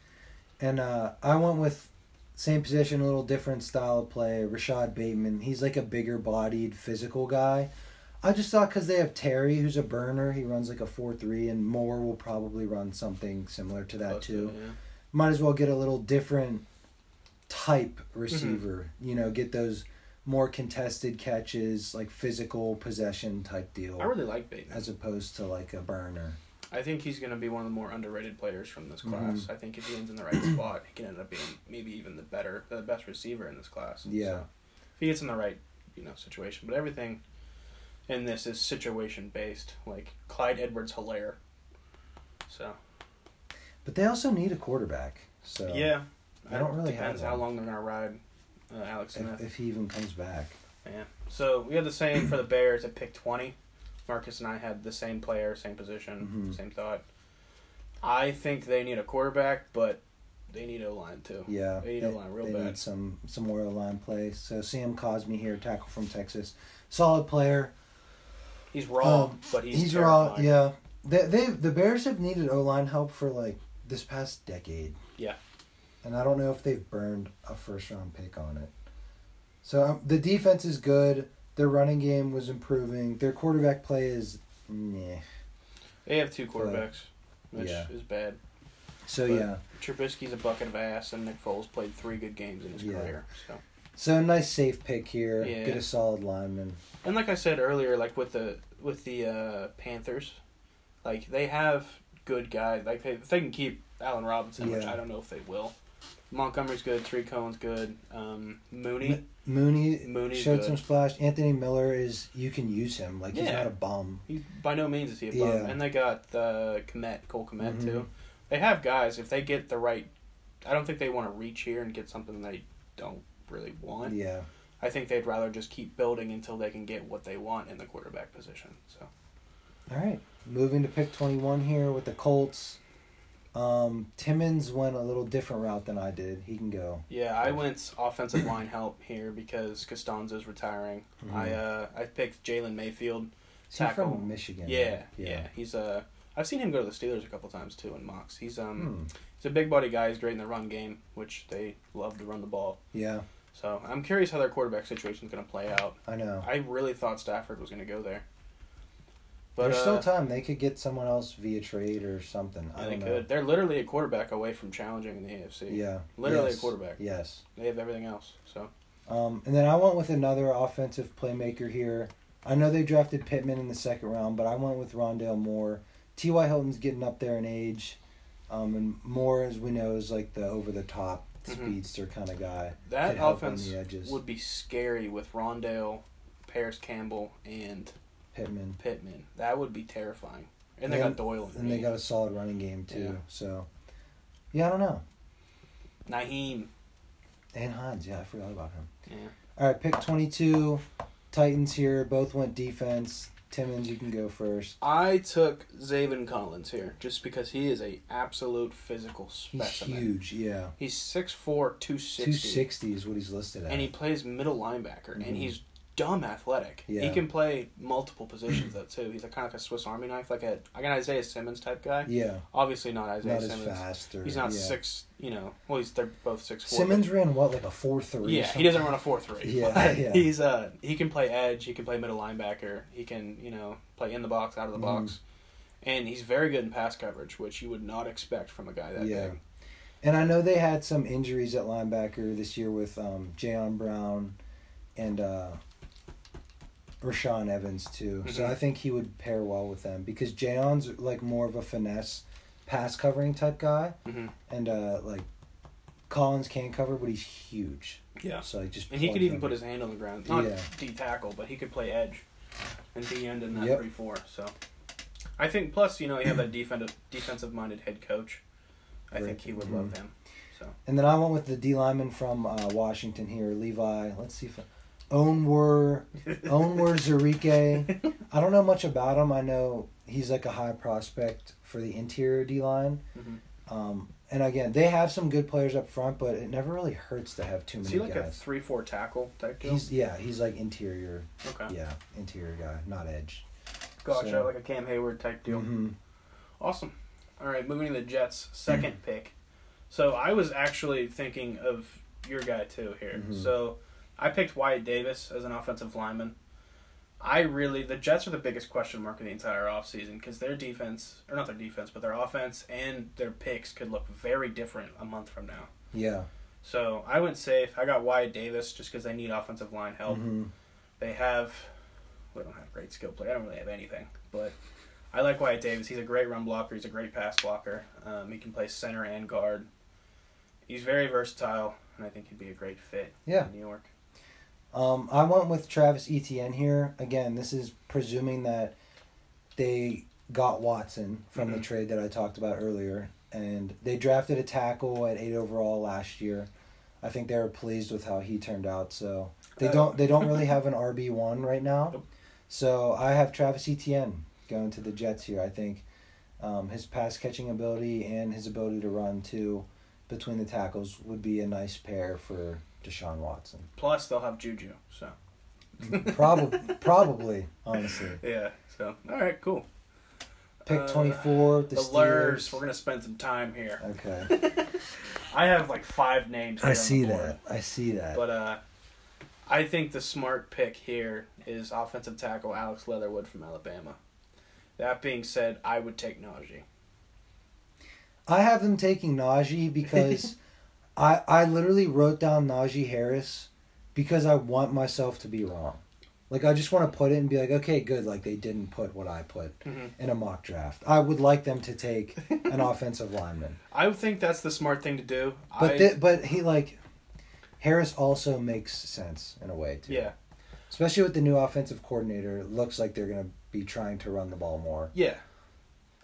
[SPEAKER 1] And uh, I went with same position, a little different style of play. Rashad Bateman, he's like a bigger bodied, physical guy. I just thought because they have Terry, who's a burner, he runs like a 4 3, and Moore will probably run something similar to that,
[SPEAKER 3] Close to
[SPEAKER 1] too.
[SPEAKER 3] it, yeah.
[SPEAKER 1] might as well get a little different type receiver.
[SPEAKER 3] Mm-hmm.
[SPEAKER 1] You know, get those more contested catches, like physical possession type deal,
[SPEAKER 3] I really like Bateman.
[SPEAKER 1] as opposed to like a burner.
[SPEAKER 3] I think he's going to be one of the more underrated players from this class.
[SPEAKER 1] Mm-hmm.
[SPEAKER 3] I think if he ends in the right spot, he can end up being maybe even the better, the best receiver in this class.
[SPEAKER 1] Yeah.
[SPEAKER 3] So, if he gets in the right, you know, situation. But everything in this is situation based, like Clyde Edwards Hilaire. So
[SPEAKER 1] But they also need a quarterback. So
[SPEAKER 3] yeah,
[SPEAKER 1] I don't really have
[SPEAKER 3] depends how
[SPEAKER 1] one.
[SPEAKER 3] long they're going to ride uh, Alex Smith.
[SPEAKER 1] if, if he even comes back,
[SPEAKER 3] Yeah. So we had the same for the Bears at pick 20. Marcus and I had the same player, same position,
[SPEAKER 1] Mhm.
[SPEAKER 3] same thought. I think they need a quarterback, but they need O line too.
[SPEAKER 1] yeah,
[SPEAKER 3] They need O line real
[SPEAKER 1] they
[SPEAKER 3] bad.
[SPEAKER 1] need some some more line play. So Sam Cosme here, tackle from Texas, solid player.
[SPEAKER 3] He's raw,
[SPEAKER 1] Um,
[SPEAKER 3] but he's,
[SPEAKER 1] He's, raw. Yeah, they they the Bears have needed O line help for like this past decade.
[SPEAKER 3] Yeah.
[SPEAKER 1] and I don't know if they've burned a first round pick on it. So um, the defense is good. Their running game was improving. Their quarterback play is meh.
[SPEAKER 3] They have two quarterbacks, which
[SPEAKER 1] yeah.
[SPEAKER 3] is bad.
[SPEAKER 1] So
[SPEAKER 3] But-
[SPEAKER 1] yeah,
[SPEAKER 3] Trubisky's a bucket of ass, and Nick Foles played three good games in his
[SPEAKER 1] Yeah.
[SPEAKER 3] career. So.
[SPEAKER 1] so a nice safe pick here.
[SPEAKER 3] Yeah.
[SPEAKER 1] Get a solid lineman.
[SPEAKER 3] And like I said earlier, like with the with the uh, Panthers, like they have good guys. Like they, if they can keep Allen Robinson, which
[SPEAKER 1] Yeah.
[SPEAKER 3] I don't know if they will. Montgomery's good. Tree Cohen's good. Um, Mooney,
[SPEAKER 1] M- Mooney
[SPEAKER 3] Mooney's
[SPEAKER 1] showed
[SPEAKER 3] good.
[SPEAKER 1] some splash. Anthony Miller is you can use him like he's
[SPEAKER 3] Yeah.
[SPEAKER 1] not a bum.
[SPEAKER 3] he's by no means is he a bum.
[SPEAKER 1] Yeah.
[SPEAKER 3] And they got uh, Komet, Cole Komet
[SPEAKER 1] Mhm.
[SPEAKER 3] too. They have guys. If they get the right, I don't think they want to reach here and get something they don't really want.
[SPEAKER 1] Yeah,
[SPEAKER 3] I think they'd rather just keep building until they can get what they want in the quarterback position. So
[SPEAKER 1] All right. Moving to pick 21 here with the Colts. Um, Timmons went a little different route than I did. He can go.
[SPEAKER 3] Yeah, I went offensive line help here because Costanzo's retiring.
[SPEAKER 1] Mm-hmm.
[SPEAKER 3] I uh, I picked Jalen Mayfield.
[SPEAKER 1] Is he
[SPEAKER 3] Tackle.
[SPEAKER 1] from Michigan?
[SPEAKER 3] Yeah,
[SPEAKER 1] right?
[SPEAKER 3] yeah, He's uh, I've seen him go to the Steelers a couple times too in mocks. He's um,
[SPEAKER 1] Hmm.
[SPEAKER 3] he's a big body guy. He's great in the run game, which they love to run the ball.
[SPEAKER 1] Yeah,
[SPEAKER 3] So I'm curious how their quarterback situation's going to play out.
[SPEAKER 1] I know.
[SPEAKER 3] I really thought Stafford was going to go there, but
[SPEAKER 1] There's
[SPEAKER 3] uh,
[SPEAKER 1] still time. They could get someone else via trade or something. I
[SPEAKER 3] yeah, they
[SPEAKER 1] don't know.
[SPEAKER 3] could. They're literally a quarterback away from challenging in the AFC.
[SPEAKER 1] Yeah.
[SPEAKER 3] Literally a
[SPEAKER 1] Yes.
[SPEAKER 3] quarterback.
[SPEAKER 1] Yes.
[SPEAKER 3] They have everything else. So
[SPEAKER 1] Um, and then I went with another offensive playmaker here. I know they drafted Pittman in the second round, but I went with Rondale Moore. T.Y. Hilton's getting up there in age. Um, and Moore, as we know, is like the over the top
[SPEAKER 3] Mhm.
[SPEAKER 1] speedster kind of guy.
[SPEAKER 3] That
[SPEAKER 1] Could help on
[SPEAKER 3] offense
[SPEAKER 1] the edges.
[SPEAKER 3] would be scary with Rondale, Paris Campbell, and
[SPEAKER 1] Pittman.
[SPEAKER 3] Pittman. That would be terrifying. And they
[SPEAKER 1] And-
[SPEAKER 3] got Doyle
[SPEAKER 1] And
[SPEAKER 3] and
[SPEAKER 1] they got a solid running game, too.
[SPEAKER 3] Yeah.
[SPEAKER 1] So, yeah, I don't know.
[SPEAKER 3] Naheem.
[SPEAKER 1] And Hines, yeah, I forgot about him.
[SPEAKER 3] Yeah.
[SPEAKER 1] All right, pick 22. Titans here. Both went defense. Timmons, you can go first.
[SPEAKER 3] I took Zaven Collins here just because he is a absolute physical
[SPEAKER 1] He's
[SPEAKER 3] specimen.
[SPEAKER 1] huge, yeah.
[SPEAKER 3] He's 6'4", 260.
[SPEAKER 1] Two sixty is what he's listed at.
[SPEAKER 3] and he plays middle linebacker,
[SPEAKER 1] Mhm.
[SPEAKER 3] and he's dumb athletic.
[SPEAKER 1] Yeah.
[SPEAKER 3] He can play multiple positions though too. He's like kind of like a Swiss Army knife, like a like an Isaiah Simmons type guy.
[SPEAKER 1] yeah,
[SPEAKER 3] Obviously not Isaiah
[SPEAKER 1] not as
[SPEAKER 3] Simmons.
[SPEAKER 1] fast. Or,
[SPEAKER 3] He's not
[SPEAKER 1] yeah.
[SPEAKER 3] six. You know, well, he's they're both six four.
[SPEAKER 1] Simmons ran what like a four three.
[SPEAKER 3] Yeah, he doesn't run a four three.
[SPEAKER 1] Yeah, yeah.
[SPEAKER 3] he's uh he can play edge. He can play middle linebacker. He can you know play in the box, out of the
[SPEAKER 1] Mhm.
[SPEAKER 3] box, and he's very good in pass coverage, which you would not expect from a guy that
[SPEAKER 1] Yeah.
[SPEAKER 3] big.
[SPEAKER 1] And I know they had some injuries at linebacker this year with um, Jayon Brown and uh, Rashawn Evans too. So
[SPEAKER 3] Mhm.
[SPEAKER 1] I think he would pair well with them because Jayon's like more of a finesse pass covering type guy,
[SPEAKER 3] Mhm.
[SPEAKER 1] and uh, like Collins can cover, but he's huge.
[SPEAKER 3] Yeah.
[SPEAKER 1] So like just
[SPEAKER 3] And he
[SPEAKER 1] plug
[SPEAKER 3] could even
[SPEAKER 1] him.
[SPEAKER 3] put his hand on the ground. Not
[SPEAKER 1] Yeah.
[SPEAKER 3] D tackle, but he could play edge and D end in that
[SPEAKER 1] Yep.
[SPEAKER 3] three four. So I think plus, you know, you have that defensive defensive minded head coach. I
[SPEAKER 1] Right.
[SPEAKER 3] think he would love
[SPEAKER 1] Mm-hmm.
[SPEAKER 3] him. So
[SPEAKER 1] And then I went with the D lineman from uh, Washington here, Levi. Let's see if Onwer Onwer Zurike. I don't know much about him. I know he's like a high prospect for the interior D line.
[SPEAKER 3] Mhm.
[SPEAKER 1] Um, and again, they have some good players up front, but it never really hurts to have too
[SPEAKER 3] Is
[SPEAKER 1] many
[SPEAKER 3] he like a
[SPEAKER 1] guys.
[SPEAKER 3] three four tackle type deal?
[SPEAKER 1] Mm-hmm. he's yeah, he's like interior,
[SPEAKER 3] okay.
[SPEAKER 1] yeah, interior guy, not edge.
[SPEAKER 3] Gotcha,
[SPEAKER 1] so-
[SPEAKER 3] like a Cam Hayward type deal.
[SPEAKER 1] hmm
[SPEAKER 3] Awesome. All right, moving to the Jets, 2nd pick. So I was actually thinking of your guy too here.
[SPEAKER 1] Mhm.
[SPEAKER 3] So I picked Wyatt Davis as an offensive lineman. I really the Jets are the biggest question mark of the entire offseason because their defense or not their defense, but their offense and their picks could look very different a month from now.
[SPEAKER 1] Yeah.
[SPEAKER 3] So I went safe. I got Wyatt Davis just because they need offensive line help.
[SPEAKER 1] hmm
[SPEAKER 3] They have we don't have great skill play. I don't really have anything, but I like Wyatt Davis. He's a great run blocker. He's a great pass blocker. Um, he can play center and guard. He's very versatile, and I think he'd be a great fit
[SPEAKER 1] Yeah.
[SPEAKER 3] in New York.
[SPEAKER 1] Um, I went with Travis Etienne here. Again, this is presuming that they got Watson from the
[SPEAKER 3] Mhm.
[SPEAKER 1] trade that I talked about earlier, and they drafted a tackle at eight overall last year. I think they were pleased with how he turned out. So they
[SPEAKER 3] Uh,
[SPEAKER 1] don't they don't really have an RB one right now.
[SPEAKER 3] Nope.
[SPEAKER 1] So I have Travis Etienne going to the Jets here. I think um, his pass catching ability and his ability to run too between the tackles would be a nice pair for Deshaun Watson.
[SPEAKER 3] Plus, they'll have Juju. So
[SPEAKER 1] Probably, probably, honestly.
[SPEAKER 3] yeah. So all right, cool.
[SPEAKER 1] Pick
[SPEAKER 3] Uh,
[SPEAKER 1] twenty four. The,
[SPEAKER 3] The,
[SPEAKER 1] Steelers.
[SPEAKER 3] Lurs. We're gonna spend some time here.
[SPEAKER 1] Okay,
[SPEAKER 3] I have like five names. Here
[SPEAKER 1] I
[SPEAKER 3] on the
[SPEAKER 1] see
[SPEAKER 3] board.
[SPEAKER 1] that. I see that.
[SPEAKER 3] But uh, I think the smart pick here is offensive tackle Alex Leatherwood from Alabama. That being said, I would take Najee.
[SPEAKER 1] I have them taking Najee because I I literally wrote down Najee Harris because I want myself to be wrong. Like I just want to put it and be like, okay, good. Like they didn't put what I put
[SPEAKER 3] Mhm.
[SPEAKER 1] in a mock draft. I would like them to take an offensive lineman,
[SPEAKER 3] I would think that's the smart thing to do.
[SPEAKER 1] but
[SPEAKER 3] I,
[SPEAKER 1] thi- but he like Harris also makes sense in a way too.
[SPEAKER 3] yeah,
[SPEAKER 1] especially with the new offensive coordinator. It looks like they're going to be trying to run the ball more.
[SPEAKER 3] yeah.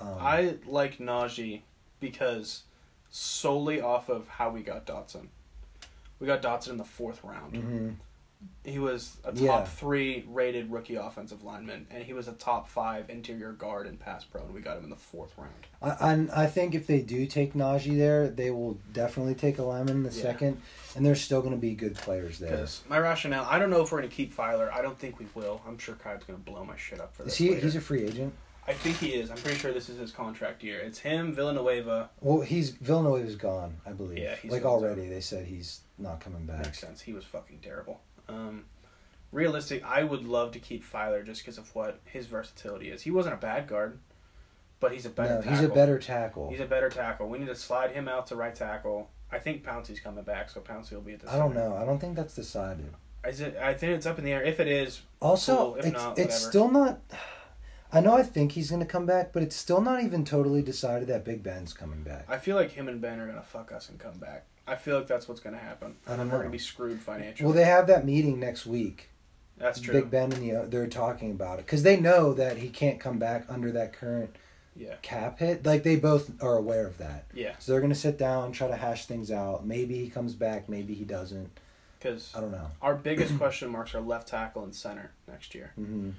[SPEAKER 1] Um,
[SPEAKER 3] I like Najee because solely off of how we got Dotson. We got Dotson in the fourth round.
[SPEAKER 1] mhm.
[SPEAKER 3] He was a top
[SPEAKER 1] Yeah.
[SPEAKER 3] three rated rookie offensive lineman, and he was a top five interior guard and pass pro, and we got him in the fourth round.
[SPEAKER 1] I, I I think if they do take Najee there, they will definitely take a lineman in the
[SPEAKER 3] Yeah.
[SPEAKER 1] second, and there's still going to be good players there.
[SPEAKER 3] Because my rationale, I don't know if we're going to keep Filer. I don't think we will. I'm sure Kyle's going to blow my shit up for this.
[SPEAKER 1] Is he?
[SPEAKER 3] later.
[SPEAKER 1] He's a free agent.
[SPEAKER 3] I think he is. I'm pretty sure this is his contract year. It's him, Villanueva.
[SPEAKER 1] Well, he's Villanueva's gone, I believe.
[SPEAKER 3] Yeah, he's
[SPEAKER 1] like
[SPEAKER 3] gone, so-
[SPEAKER 1] already they said he's not coming back.
[SPEAKER 3] Makes sense. He was fucking terrible. Um, realistic, I would love to keep Filer just because of what his versatility is. He wasn't a bad guard, but he's a
[SPEAKER 1] No,
[SPEAKER 3] better. tackle.
[SPEAKER 1] he's a better tackle.
[SPEAKER 3] He's a better tackle. We need to slide him out to right tackle. I think Pouncey's coming back, so Pouncey will be at the.
[SPEAKER 1] I don't
[SPEAKER 3] center.
[SPEAKER 1] know. I don't think that's decided.
[SPEAKER 3] Is it? I think it's up in the air. If it is,
[SPEAKER 1] Also,
[SPEAKER 3] Cool, if
[SPEAKER 1] it's,
[SPEAKER 3] not,
[SPEAKER 1] it's
[SPEAKER 3] whatever.
[SPEAKER 1] still not. I know I think he's going to come back, but it's still not even totally decided that Big Ben's coming back.
[SPEAKER 3] I feel like him and Ben are gonna fuck us and come back. I feel like that's what's gonna happen.
[SPEAKER 1] I don't
[SPEAKER 3] And
[SPEAKER 1] know.
[SPEAKER 3] We're gonna be screwed financially.
[SPEAKER 1] Well, they have that meeting next week.
[SPEAKER 3] that's true.
[SPEAKER 1] Big Ben and the they're talking about it because they know that he can't come back under that current
[SPEAKER 3] Yeah,
[SPEAKER 1] cap hit. Like they both are aware of that,
[SPEAKER 3] yeah.
[SPEAKER 1] so they're gonna sit down, try to hash things out. Maybe he comes back, maybe he doesn't.
[SPEAKER 3] Because
[SPEAKER 1] I don't know.
[SPEAKER 3] our biggest question marks are left tackle and center next year.
[SPEAKER 1] hmm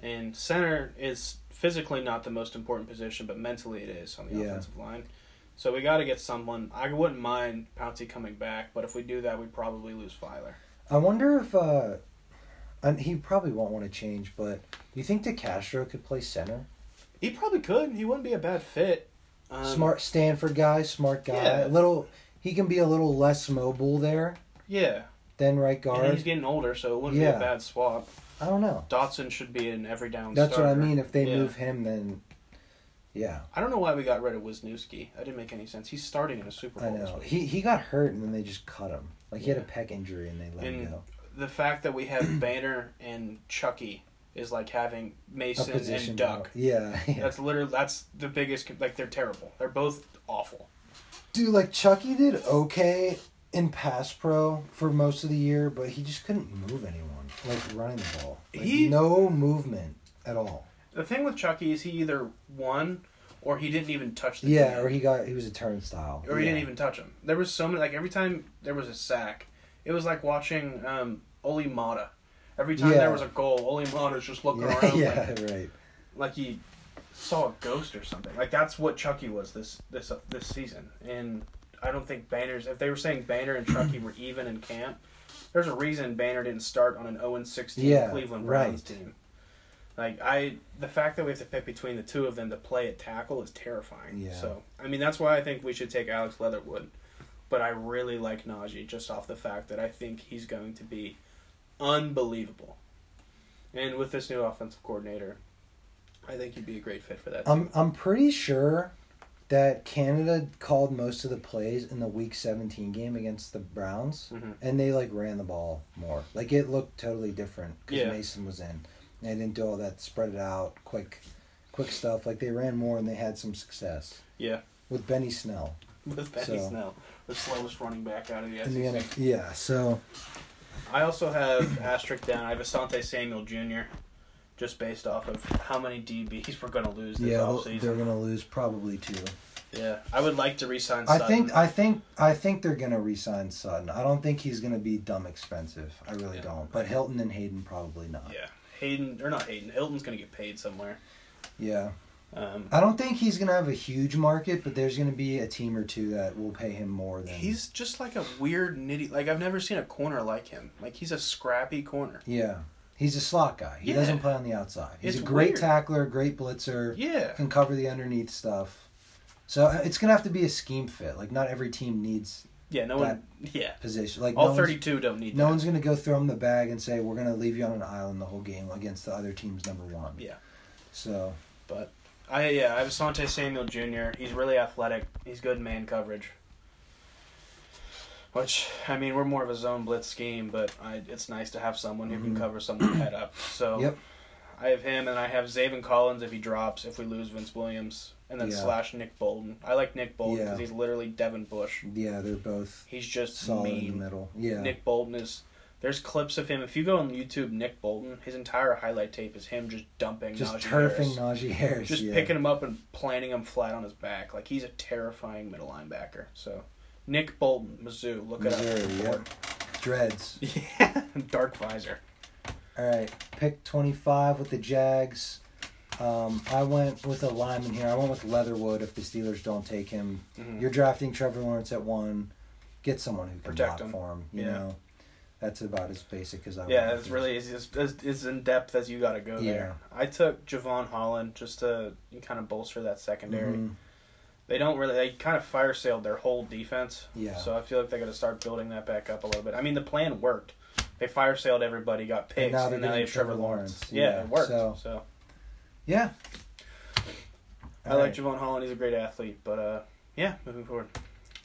[SPEAKER 3] And center is physically not the most important position, but mentally it is on the
[SPEAKER 1] Yeah.
[SPEAKER 3] offensive line. So we got to get someone. I wouldn't mind Pouncey coming back, but if we do that, we'd probably lose Filer.
[SPEAKER 1] I wonder if uh, and he probably won't want to change, but do you think DeCastro could play center?
[SPEAKER 3] He probably could. He wouldn't be a bad fit. Um,
[SPEAKER 1] smart Stanford guy, smart guy.
[SPEAKER 3] yeah.
[SPEAKER 1] A little he can be a little less mobile there
[SPEAKER 3] Yeah.
[SPEAKER 1] than right
[SPEAKER 3] And he's
[SPEAKER 1] guard.
[SPEAKER 3] getting older, so it wouldn't be
[SPEAKER 1] Yeah.
[SPEAKER 3] a bad swap.
[SPEAKER 1] I don't know.
[SPEAKER 3] Dotson should be an every down
[SPEAKER 1] That's what I
[SPEAKER 3] starter.
[SPEAKER 1] mean. If they
[SPEAKER 3] Yeah.
[SPEAKER 1] move him, then yeah,
[SPEAKER 3] I don't know why we got rid of Wisniewski. That didn't make any sense. He's starting in a Super
[SPEAKER 1] I
[SPEAKER 3] Bowl. this
[SPEAKER 1] know.
[SPEAKER 3] week.
[SPEAKER 1] He he got hurt and then they just cut him. Like he had a
[SPEAKER 3] Yeah.
[SPEAKER 1] pec injury and they let him
[SPEAKER 3] And
[SPEAKER 1] go.
[SPEAKER 3] the fact that we have Banner and Chucky is like having
[SPEAKER 1] A
[SPEAKER 3] Mason
[SPEAKER 1] position.
[SPEAKER 3] and Duck.
[SPEAKER 1] battle. Yeah, yeah.
[SPEAKER 3] That's literally that's the biggest. Like they're terrible. They're both awful.
[SPEAKER 1] Dude, like Chucky did okay in pass pro for most of the year, but he just couldn't move anyone. Like running the ball. Like,
[SPEAKER 3] He-
[SPEAKER 1] no movement at all.
[SPEAKER 3] The thing with Chucky is he either won or he didn't even touch the
[SPEAKER 1] Yeah,
[SPEAKER 3] man.
[SPEAKER 1] or he got he was a turnstile.
[SPEAKER 3] or he
[SPEAKER 1] yeah.
[SPEAKER 3] didn't even touch him. There was so many like every time there was a sack, it was like watching um Oli Mata. Every time
[SPEAKER 1] Yeah.
[SPEAKER 3] there was a goal, Oli Mata's just looking
[SPEAKER 1] Yeah,
[SPEAKER 3] around
[SPEAKER 1] yeah,
[SPEAKER 3] Like,
[SPEAKER 1] right.
[SPEAKER 3] like he saw a ghost or something. Like that's what Chucky was this this uh, this season. And I don't think Banner's if they were saying Banner and Chucky were even in camp, there's a reason Banner didn't start on an 0 16
[SPEAKER 1] Yeah,
[SPEAKER 3] Cleveland Browns
[SPEAKER 1] right.
[SPEAKER 3] team. Like I the fact that we have to pick between the two of them to play at tackle is terrifying.
[SPEAKER 1] Yeah.
[SPEAKER 3] So I mean that's why I think we should take Alex Leatherwood. But I really like Najee just off the fact that I think he's going to be unbelievable. And with this new offensive coordinator, I think he'd be a great fit for that.
[SPEAKER 1] I'm
[SPEAKER 3] team.
[SPEAKER 1] I'm pretty sure that Canada called most of the plays in the week 17 game against the Browns
[SPEAKER 3] Mhm.
[SPEAKER 1] and they like ran the ball more. Like it looked totally different cuz
[SPEAKER 3] Yeah.
[SPEAKER 1] Mason was in. And they didn't do all that spread it out quick quick stuff. Like they ran more and they had some success
[SPEAKER 3] yeah,
[SPEAKER 1] with Benny Snell.
[SPEAKER 3] with Benny
[SPEAKER 1] So-
[SPEAKER 3] Snell, the slowest running back out of the
[SPEAKER 1] In the
[SPEAKER 3] SEC.
[SPEAKER 1] NFL. Yeah, so
[SPEAKER 3] I also have asterisk down. I have Asante Samuel Jr. Just based off of how many DBs we're going to lose this
[SPEAKER 1] yeah, they'll- they're
[SPEAKER 3] offseason.
[SPEAKER 1] going to lose probably two.
[SPEAKER 3] Yeah, I would like to resign.
[SPEAKER 1] I
[SPEAKER 3] Sutton.
[SPEAKER 1] think uh, I think I think they're gonna re-sign Sutton. I don't think he's gonna be dumb expensive. I really
[SPEAKER 3] Yeah.
[SPEAKER 1] don't. But Hilton and Hayden probably not.
[SPEAKER 3] yeah, Hayden or not Hayden. Hilton's going to get paid somewhere.
[SPEAKER 1] Yeah.
[SPEAKER 3] Um,
[SPEAKER 1] I don't think he's gonna have a huge market, but there's gonna be a team or two that will pay him more than
[SPEAKER 3] he's just like a weird nitty. Like I've never seen a corner like him. Like he's a scrappy corner.
[SPEAKER 1] Yeah. He's a slot guy. He
[SPEAKER 3] Yeah.
[SPEAKER 1] doesn't play on the outside. He's
[SPEAKER 3] It's
[SPEAKER 1] a great
[SPEAKER 3] weird.
[SPEAKER 1] tackler, great blitzer,
[SPEAKER 3] Yeah.
[SPEAKER 1] can cover the underneath stuff. So uh, it's gonna have to be a scheme fit. Like not every team needs
[SPEAKER 3] Yeah, no one. Yeah,
[SPEAKER 1] position. Like
[SPEAKER 3] all
[SPEAKER 1] no one's-
[SPEAKER 3] thirty-two don't need.
[SPEAKER 1] No
[SPEAKER 3] that.
[SPEAKER 1] one's gonna go throw him the bag and say we're gonna leave you on an island the whole game against the other team's number one.
[SPEAKER 3] Yeah.
[SPEAKER 1] So
[SPEAKER 3] But I yeah, I have Asante Samuel Jr. He's really athletic. He's good in man coverage. Which I mean, we're more of a zone blitz scheme, but I, it's nice to have someone who can
[SPEAKER 1] Mhm.
[SPEAKER 3] cover someone head up. So
[SPEAKER 1] Yep.
[SPEAKER 3] I have him, and I have Zaven Collins if he drops. If we lose Vince Williams, and then
[SPEAKER 1] Yeah.
[SPEAKER 3] slash Nick Bolton. I like Nick Bolton because
[SPEAKER 1] Yeah.
[SPEAKER 3] he's literally Devin Bush.
[SPEAKER 1] yeah, they're both
[SPEAKER 3] He's just
[SPEAKER 1] solid in
[SPEAKER 3] mean.
[SPEAKER 1] the middle. Yeah.
[SPEAKER 3] Nick Bolton is. There's clips of him. If you go on YouTube, Nick Bolton, his entire highlight tape is him just dumping.
[SPEAKER 1] just
[SPEAKER 3] Najee Harris
[SPEAKER 1] turfing Najee Harris.
[SPEAKER 3] just
[SPEAKER 1] yeah.
[SPEAKER 3] picking him up and planting him flat on his back. Like he's a terrifying middle linebacker. So Nick Bolton, Mizzou, look it
[SPEAKER 1] Missouri,
[SPEAKER 3] up.
[SPEAKER 1] yep. dreads.
[SPEAKER 3] Yeah, dark visor.
[SPEAKER 1] All right, pick 25 with the Jags. Um, I went with a lineman here. I went with Leatherwood if the Steelers don't take him.
[SPEAKER 3] Mhm.
[SPEAKER 1] You're drafting Trevor Lawrence at one. Get someone who can
[SPEAKER 3] Protect
[SPEAKER 1] block
[SPEAKER 3] him.
[SPEAKER 1] for him. You
[SPEAKER 3] Yeah.
[SPEAKER 1] know, that's about as basic as I.
[SPEAKER 3] Yeah,
[SPEAKER 1] went.
[SPEAKER 3] it's really as, as, as in depth as you got to go there. I took Javon Holland just to kind of bolster that secondary.
[SPEAKER 1] Mhm.
[SPEAKER 3] They don't really they kind of fire sailed their whole defense.
[SPEAKER 1] Yeah.
[SPEAKER 3] So I feel like they got to start building that back up a little bit. I mean, the plan worked. They fire sailed everybody, got picks, and
[SPEAKER 1] now
[SPEAKER 3] now,
[SPEAKER 1] they're
[SPEAKER 3] they
[SPEAKER 1] getting
[SPEAKER 3] have Trevor
[SPEAKER 1] Trevor Lawrence.
[SPEAKER 3] Lawrence. Yeah,
[SPEAKER 1] Yeah,
[SPEAKER 3] it worked.
[SPEAKER 1] so-
[SPEAKER 3] so
[SPEAKER 1] Yeah.
[SPEAKER 3] I like Javon Holland. He's a great athlete, but uh, yeah, moving forward,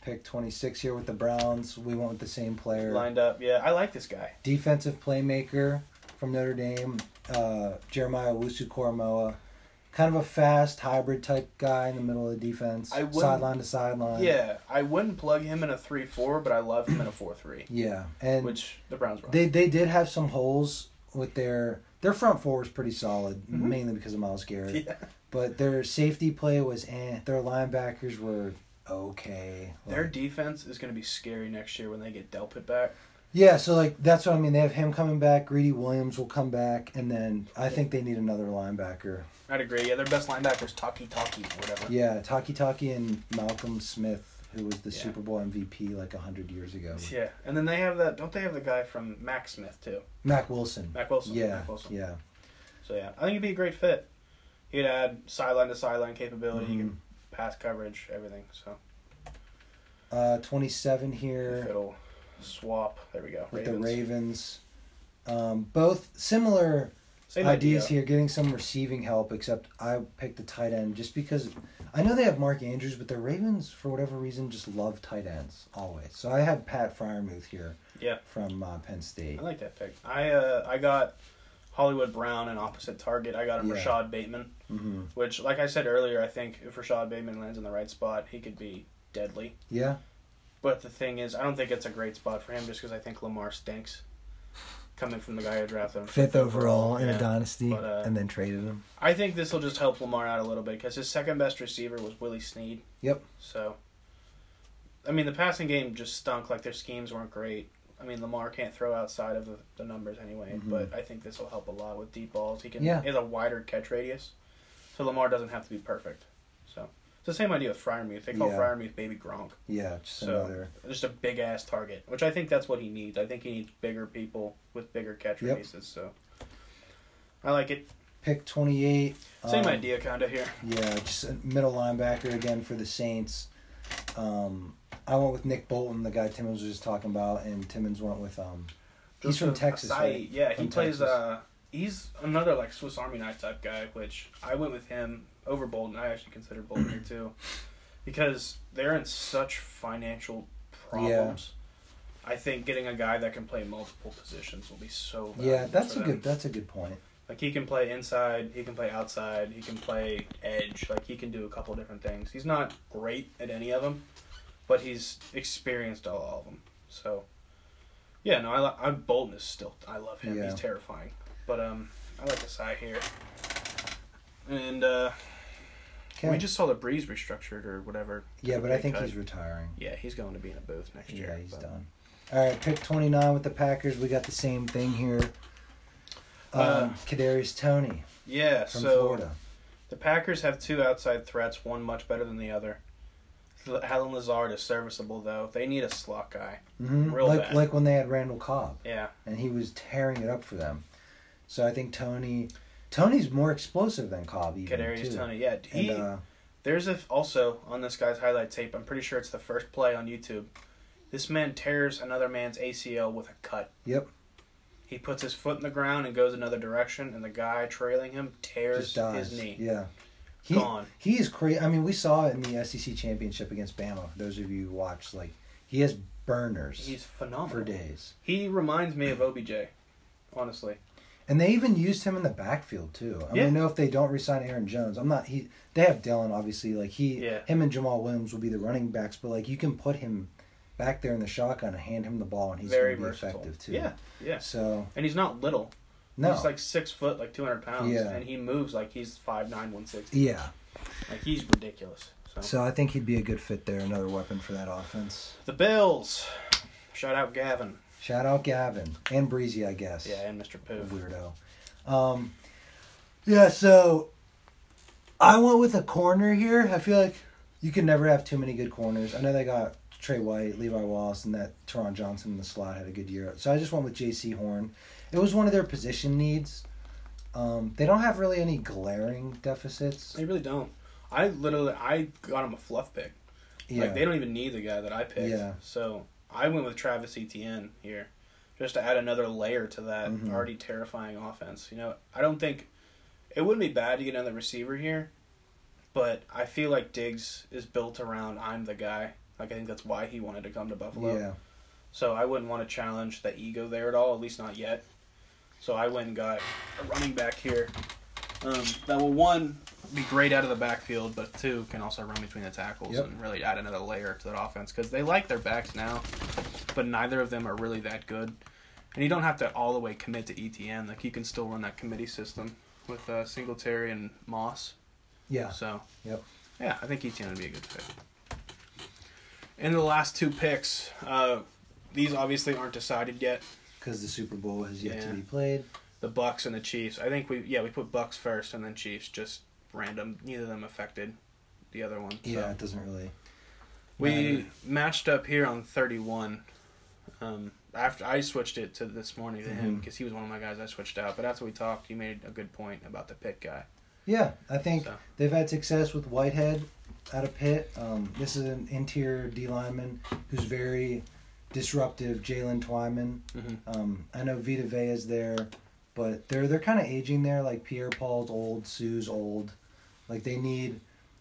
[SPEAKER 1] pick 26 here with the Browns. We went with the same player.
[SPEAKER 3] lined up. Yeah, I like this guy.
[SPEAKER 1] defensive playmaker from Notre Dame, uh, Jeremiah Wusu Koromoa. Kind of a fast hybrid type guy in the middle of the defense,
[SPEAKER 3] I wouldn't-
[SPEAKER 1] sideline to sideline.
[SPEAKER 3] Yeah, I wouldn't plug him in a three-four, but I love him in a four-three,
[SPEAKER 1] yeah, and
[SPEAKER 3] which the Browns run.
[SPEAKER 1] they they did have some holes with their their front four was pretty solid,
[SPEAKER 3] Mhm.
[SPEAKER 1] mainly because of Miles Garrett.
[SPEAKER 3] yeah.
[SPEAKER 1] But their safety play was eh. Their linebackers were okay.
[SPEAKER 3] Their
[SPEAKER 1] Like,
[SPEAKER 3] defense is going to be scary next year when they get Delpit back.
[SPEAKER 1] Yeah, so like that's what I mean. They have him coming back. Greedy Williams will come back, and then I think they need another linebacker.
[SPEAKER 3] I'd agree. Yeah, their best linebacker's Taki Taki or whatever.
[SPEAKER 1] Yeah, Taki Taki and Malcolm Smith, who was the
[SPEAKER 3] Yeah.
[SPEAKER 1] Super Bowl MVP like hundred years ago.
[SPEAKER 3] Yeah, and then they have that. Don't they have the guy from Mac Smith too?
[SPEAKER 1] Mac Wilson.
[SPEAKER 3] Mac Wilson.
[SPEAKER 1] yeah,
[SPEAKER 3] Mac Wilson.
[SPEAKER 1] yeah.
[SPEAKER 3] So yeah, I think it'd be a great fit. He'd add sideline to sideline capability. You
[SPEAKER 1] Mhm.
[SPEAKER 3] can pass coverage, everything. So
[SPEAKER 1] Uh, twenty seven here.
[SPEAKER 3] if it'll swap. There we go.
[SPEAKER 1] with
[SPEAKER 3] Ravens.
[SPEAKER 1] the Ravens. Um, both similar
[SPEAKER 3] Same
[SPEAKER 1] ideas
[SPEAKER 3] idea.
[SPEAKER 1] here, getting some receiving help, except I picked the tight end just because I know they have Mark Andrews, but the Ravens, for whatever reason, just love tight ends always. So I have Pat Fryermuth here
[SPEAKER 3] Yeah. Uh-huh.
[SPEAKER 1] from uh, Penn State.
[SPEAKER 3] I like that pick. I uh, I got Hollywood Brown and opposite target. I got him
[SPEAKER 1] Yeah.
[SPEAKER 3] Rashad Bateman,
[SPEAKER 1] hmm
[SPEAKER 3] which, like I said earlier, I think if Rashad Bateman lands in the right spot, he could be deadly.
[SPEAKER 1] Yeah.
[SPEAKER 3] But the thing is, I don't think it's a great spot for him just because I think Lamar stinks. Coming from the guy who drafted him
[SPEAKER 1] Fifth overall in
[SPEAKER 3] Yeah.
[SPEAKER 1] a dynasty,
[SPEAKER 3] but, uh,
[SPEAKER 1] and then traded him.
[SPEAKER 3] I think this will just help Lamar out a little bit because his second best receiver was Willie Snead.
[SPEAKER 1] Yep.
[SPEAKER 3] So, I mean, the passing game just stunk. Like their schemes weren't great. I mean, Lamar can't throw outside of the, the numbers anyway.
[SPEAKER 1] Mhm.
[SPEAKER 3] But I think this will help a lot with deep balls. He can.
[SPEAKER 1] Yeah.
[SPEAKER 3] He has a wider catch radius, so Lamar doesn't have to be perfect. So it's the same idea with Fryermuth. They call
[SPEAKER 1] Yeah.
[SPEAKER 3] Fryermuth Baby Gronk.
[SPEAKER 1] Yeah, just
[SPEAKER 3] So-
[SPEAKER 1] another.
[SPEAKER 3] Just a big ass target, which I think that's what he needs. I think he needs bigger people with bigger catch
[SPEAKER 1] Yep.
[SPEAKER 3] radiuses. So I like it.
[SPEAKER 1] Pick 28.
[SPEAKER 3] Same
[SPEAKER 1] um,
[SPEAKER 3] idea, kinda here.
[SPEAKER 1] Yeah, just a middle linebacker again for the Saints. Um, I went with Nick Bolton, the guy Timmons was just talking about, and Timmons went with um. He's from
[SPEAKER 3] Joseph
[SPEAKER 1] Texas,
[SPEAKER 3] Asai.
[SPEAKER 1] right?
[SPEAKER 3] Yeah, he
[SPEAKER 1] From
[SPEAKER 3] plays.
[SPEAKER 1] Texas.
[SPEAKER 3] uh He's another like Swiss Army knife type guy, which I went with him over Bolden. I actually consider Bolden here too, because they're in such financial problems. I think getting a guy that can play multiple positions will be uh, so.
[SPEAKER 1] Yeah,
[SPEAKER 3] valuable
[SPEAKER 1] that's
[SPEAKER 3] for
[SPEAKER 1] a
[SPEAKER 3] them.
[SPEAKER 1] good. That's a good point.
[SPEAKER 3] Like he can play inside, he can play outside, he can play edge. Like he can do a couple different things. He's not great at any of them, but he's experienced all, all of them. So, yeah, no, I li- I'm Bolton is still I love him.
[SPEAKER 1] Yeah.
[SPEAKER 3] He's terrifying, but um, I like this guy here. And uh,
[SPEAKER 1] Okay.
[SPEAKER 3] we just saw the Breeze restructured or whatever.
[SPEAKER 1] yeah, but I think
[SPEAKER 3] Cut.
[SPEAKER 1] he's retiring.
[SPEAKER 3] yeah he's going to be in a booth next year.
[SPEAKER 1] Yeah, he's
[SPEAKER 3] but-
[SPEAKER 1] done. All right, pick twenty nine with the Packers. We got the same thing here. Um,
[SPEAKER 3] Uh,
[SPEAKER 1] Kadarius Tony
[SPEAKER 3] Yeah,
[SPEAKER 1] from
[SPEAKER 3] so
[SPEAKER 1] Florida.
[SPEAKER 3] The Packers have two outside threats, one much better than the other. Helen Lazard is serviceable though. They need a slot guy.
[SPEAKER 1] hmm
[SPEAKER 3] real
[SPEAKER 1] Like
[SPEAKER 3] bad.
[SPEAKER 1] like when they had Randall Cobb,
[SPEAKER 3] Yeah.
[SPEAKER 1] and he was tearing it up for them. So I think Tony, Tony's more explosive than Cobb. Even
[SPEAKER 3] Kadarius
[SPEAKER 1] too.
[SPEAKER 3] Tony. Yeah.
[SPEAKER 1] And,
[SPEAKER 3] He
[SPEAKER 1] uh,
[SPEAKER 3] there's a also on this guy's highlight tape, I'm pretty sure it's the first play on YouTube. This man tears another man's ACL with a cut.
[SPEAKER 1] Yep.
[SPEAKER 3] He puts his foot in the ground and goes another direction and the guy trailing him tears
[SPEAKER 1] just dies.
[SPEAKER 3] his knee.
[SPEAKER 1] Yeah. He,
[SPEAKER 3] Gone.
[SPEAKER 1] He is crazy. I mean, we saw it in the SEC championship against Bama. Those of you who watched, like, he has burners
[SPEAKER 3] He's phenomenal.
[SPEAKER 1] for days.
[SPEAKER 3] He reminds me of OBJ, honestly.
[SPEAKER 1] And they even used him in the backfield too. I
[SPEAKER 3] Yeah.
[SPEAKER 1] mean, know if they don't resign Aaron Jones, I'm not. He they have Dylan obviously. Like he,
[SPEAKER 3] Yeah.
[SPEAKER 1] him and Jamal Williams will be the running backs. But like you can put him back there in the shotgun and hand him the ball, and he's going
[SPEAKER 3] Very
[SPEAKER 1] to be
[SPEAKER 3] versatile.
[SPEAKER 1] effective too.
[SPEAKER 3] Yeah. Yeah.
[SPEAKER 1] So
[SPEAKER 3] And he's not little.
[SPEAKER 1] no.
[SPEAKER 3] He's like six foot, like two hundred pounds,
[SPEAKER 1] Yeah.
[SPEAKER 3] and he moves like he's five nine, one sixty.
[SPEAKER 1] yeah.
[SPEAKER 3] Like he's ridiculous. So.
[SPEAKER 1] So I think he'd be a good fit there. Another weapon for that offense.
[SPEAKER 3] the Bills. Shout out Gavin.
[SPEAKER 1] Shout out Gavin and Breezy, I guess.
[SPEAKER 3] Yeah, and Mr. Pooh.
[SPEAKER 1] weirdo. Um, yeah, so I went with a corner here. I feel like you can never have too many good corners. I know they got Trey White, Levi Wallace, and that Teron Johnson in the slot had a good year. So I just went with J.C. Horn. It was one of their position needs. Um, they don't have really any glaring deficits.
[SPEAKER 3] They really don't. I literally I got him a fluff pick.
[SPEAKER 1] Yeah,
[SPEAKER 3] Like they don't even need the guy that I picked.
[SPEAKER 1] Yeah.
[SPEAKER 3] So I went with Travis Etienne here. Just to add another layer to that
[SPEAKER 1] Mhm.
[SPEAKER 3] already terrifying offense. You know, I don't think it wouldn't be bad to get another receiver here, but I feel like Diggs is built around I'm the guy. Like I think that's why he wanted to come to Buffalo.
[SPEAKER 1] yeah,
[SPEAKER 3] So I wouldn't want to challenge the ego there at all, at least not yet. So I went and got a running back here. Um, that will one be great out of the backfield, but two can also run between the tackles
[SPEAKER 1] Yep.
[SPEAKER 3] and really add another layer to that offense because they like their backs now, but neither of them are really that good. And you don't have to all the way commit to ETN. Like you can still run that committee system with uh, Singletary and Moss.
[SPEAKER 1] yeah.
[SPEAKER 3] So.
[SPEAKER 1] Yep.
[SPEAKER 3] Yeah, I think Etienne would be a good fit. In the last two picks, uh, these obviously aren't decided yet.
[SPEAKER 1] because the Super Bowl has yet to
[SPEAKER 3] Yeah.
[SPEAKER 1] be played.
[SPEAKER 3] The Bucks and the Chiefs. I think we yeah we put Bucks first and then Chiefs. Just random. Neither of them affected the other one.
[SPEAKER 1] Yeah,
[SPEAKER 3] So.
[SPEAKER 1] it doesn't really.
[SPEAKER 3] We
[SPEAKER 1] matter.
[SPEAKER 3] matched up here on 31. Um, after I switched it to this morning to him
[SPEAKER 1] Mhm.
[SPEAKER 3] because he was one of my guys I switched out. But after we talked, you made a good point about the pit guy.
[SPEAKER 1] Yeah, I think
[SPEAKER 3] So.
[SPEAKER 1] they've had success with Whitehead out of Pitt. Um, this is an interior D lineman who's very disruptive. Jalen Twyman.
[SPEAKER 3] Mhm.
[SPEAKER 1] Um, I know Vita Vea is there, but they're they're kind of aging there. Like Pierre Paul's old, Sue's old. Like they need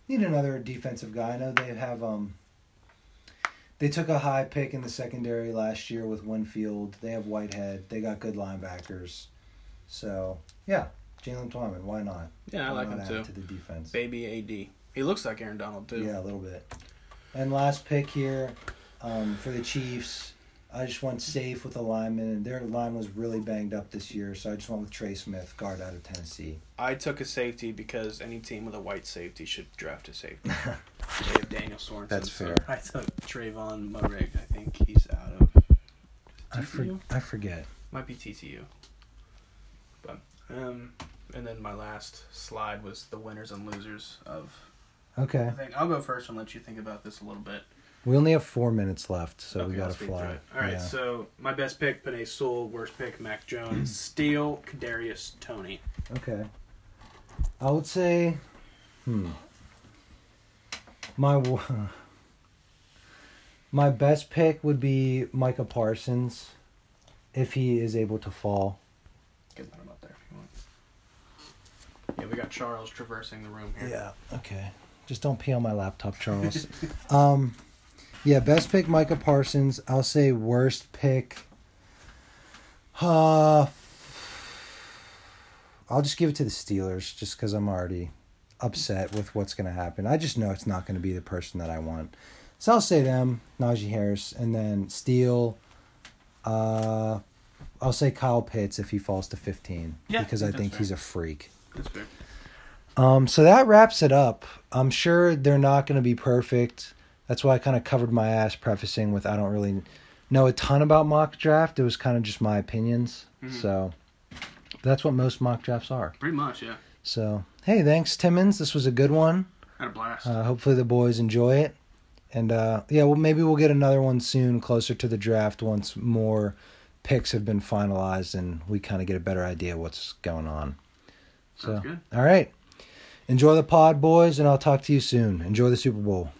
[SPEAKER 1] need another defensive guy. I know they have um. They took a high pick in the secondary last year with Winfield. They have Whitehead. They got good linebackers. So yeah, Jalen Twyman. Why not?
[SPEAKER 3] Yeah, I like
[SPEAKER 1] Not
[SPEAKER 3] him
[SPEAKER 1] add
[SPEAKER 3] too.
[SPEAKER 1] To the defense.
[SPEAKER 3] Baby AD. He looks like Aaron Donald too.
[SPEAKER 1] Yeah, a little bit. And last pick here um, for the Chiefs. I just went safe with the lineman, and their line was really banged up this year, so I just went with Trey Smith, guard out of Tennessee.
[SPEAKER 3] I took a safety because any team with a white safety should draft a safety. they have Daniel Sorensen.
[SPEAKER 1] That's
[SPEAKER 3] so
[SPEAKER 1] fair.
[SPEAKER 3] I took Trayvon Murray. I think he's out of
[SPEAKER 1] I, for,
[SPEAKER 3] TCU?
[SPEAKER 1] I forget.
[SPEAKER 3] Might be TCU. But um, and then my last slide was the winners and losers of.
[SPEAKER 1] Okay,
[SPEAKER 3] I think I'll go first and let you think about this a little bit.
[SPEAKER 1] we only have four minutes left, so we
[SPEAKER 3] Okay, I'll
[SPEAKER 1] gotta
[SPEAKER 3] speed through
[SPEAKER 1] fly.
[SPEAKER 3] it. All right,
[SPEAKER 1] Yeah.
[SPEAKER 3] so my best pick, Panay Sewell. Worst pick, Mac Jones. Steele, Kadarius Tony.
[SPEAKER 1] Okay. I would say, hmm. My wo- my best pick would be Micah Parsons, if he is able to fall.
[SPEAKER 3] Get that up there if you want. Yeah, we got Charles traversing the room here.
[SPEAKER 1] Yeah. Okay. Just don't pee on my laptop, Charles. um, yeah. Best pick, Micah Parsons. I'll say worst pick. Uh, I'll just give it to the Steelers, just because I'm already upset with what's going to happen. I just know it's not going to be the person that I want. So I'll say them, Najee Harris, and then Steele. Uh, I'll say Kyle Pitts if he falls to 15
[SPEAKER 3] Yeah,
[SPEAKER 1] because I
[SPEAKER 3] that's
[SPEAKER 1] think
[SPEAKER 3] fair.
[SPEAKER 1] he's a freak.
[SPEAKER 3] That's fair.
[SPEAKER 1] Um, so that wraps it up. I'm sure they're not going to be perfect. That's why I kind of covered my ass prefacing with I don't really know a ton about mock draft. It was kind of just my opinions.
[SPEAKER 3] Mm-hmm.
[SPEAKER 1] So that's what most mock drafts are.
[SPEAKER 3] Pretty much, yeah.
[SPEAKER 1] So, hey, thanks, Timmons. This was a good one.
[SPEAKER 3] Had a blast.
[SPEAKER 1] Uh, hopefully the boys enjoy it. And uh, yeah, well, maybe we'll get another one soon, closer to the draft, once more picks have been finalized and we kind of get a better idea of what's going on. So,
[SPEAKER 3] Sounds good.
[SPEAKER 1] all right. Enjoy the pod, boys, and I'll talk to you soon. Enjoy the Super Bowl.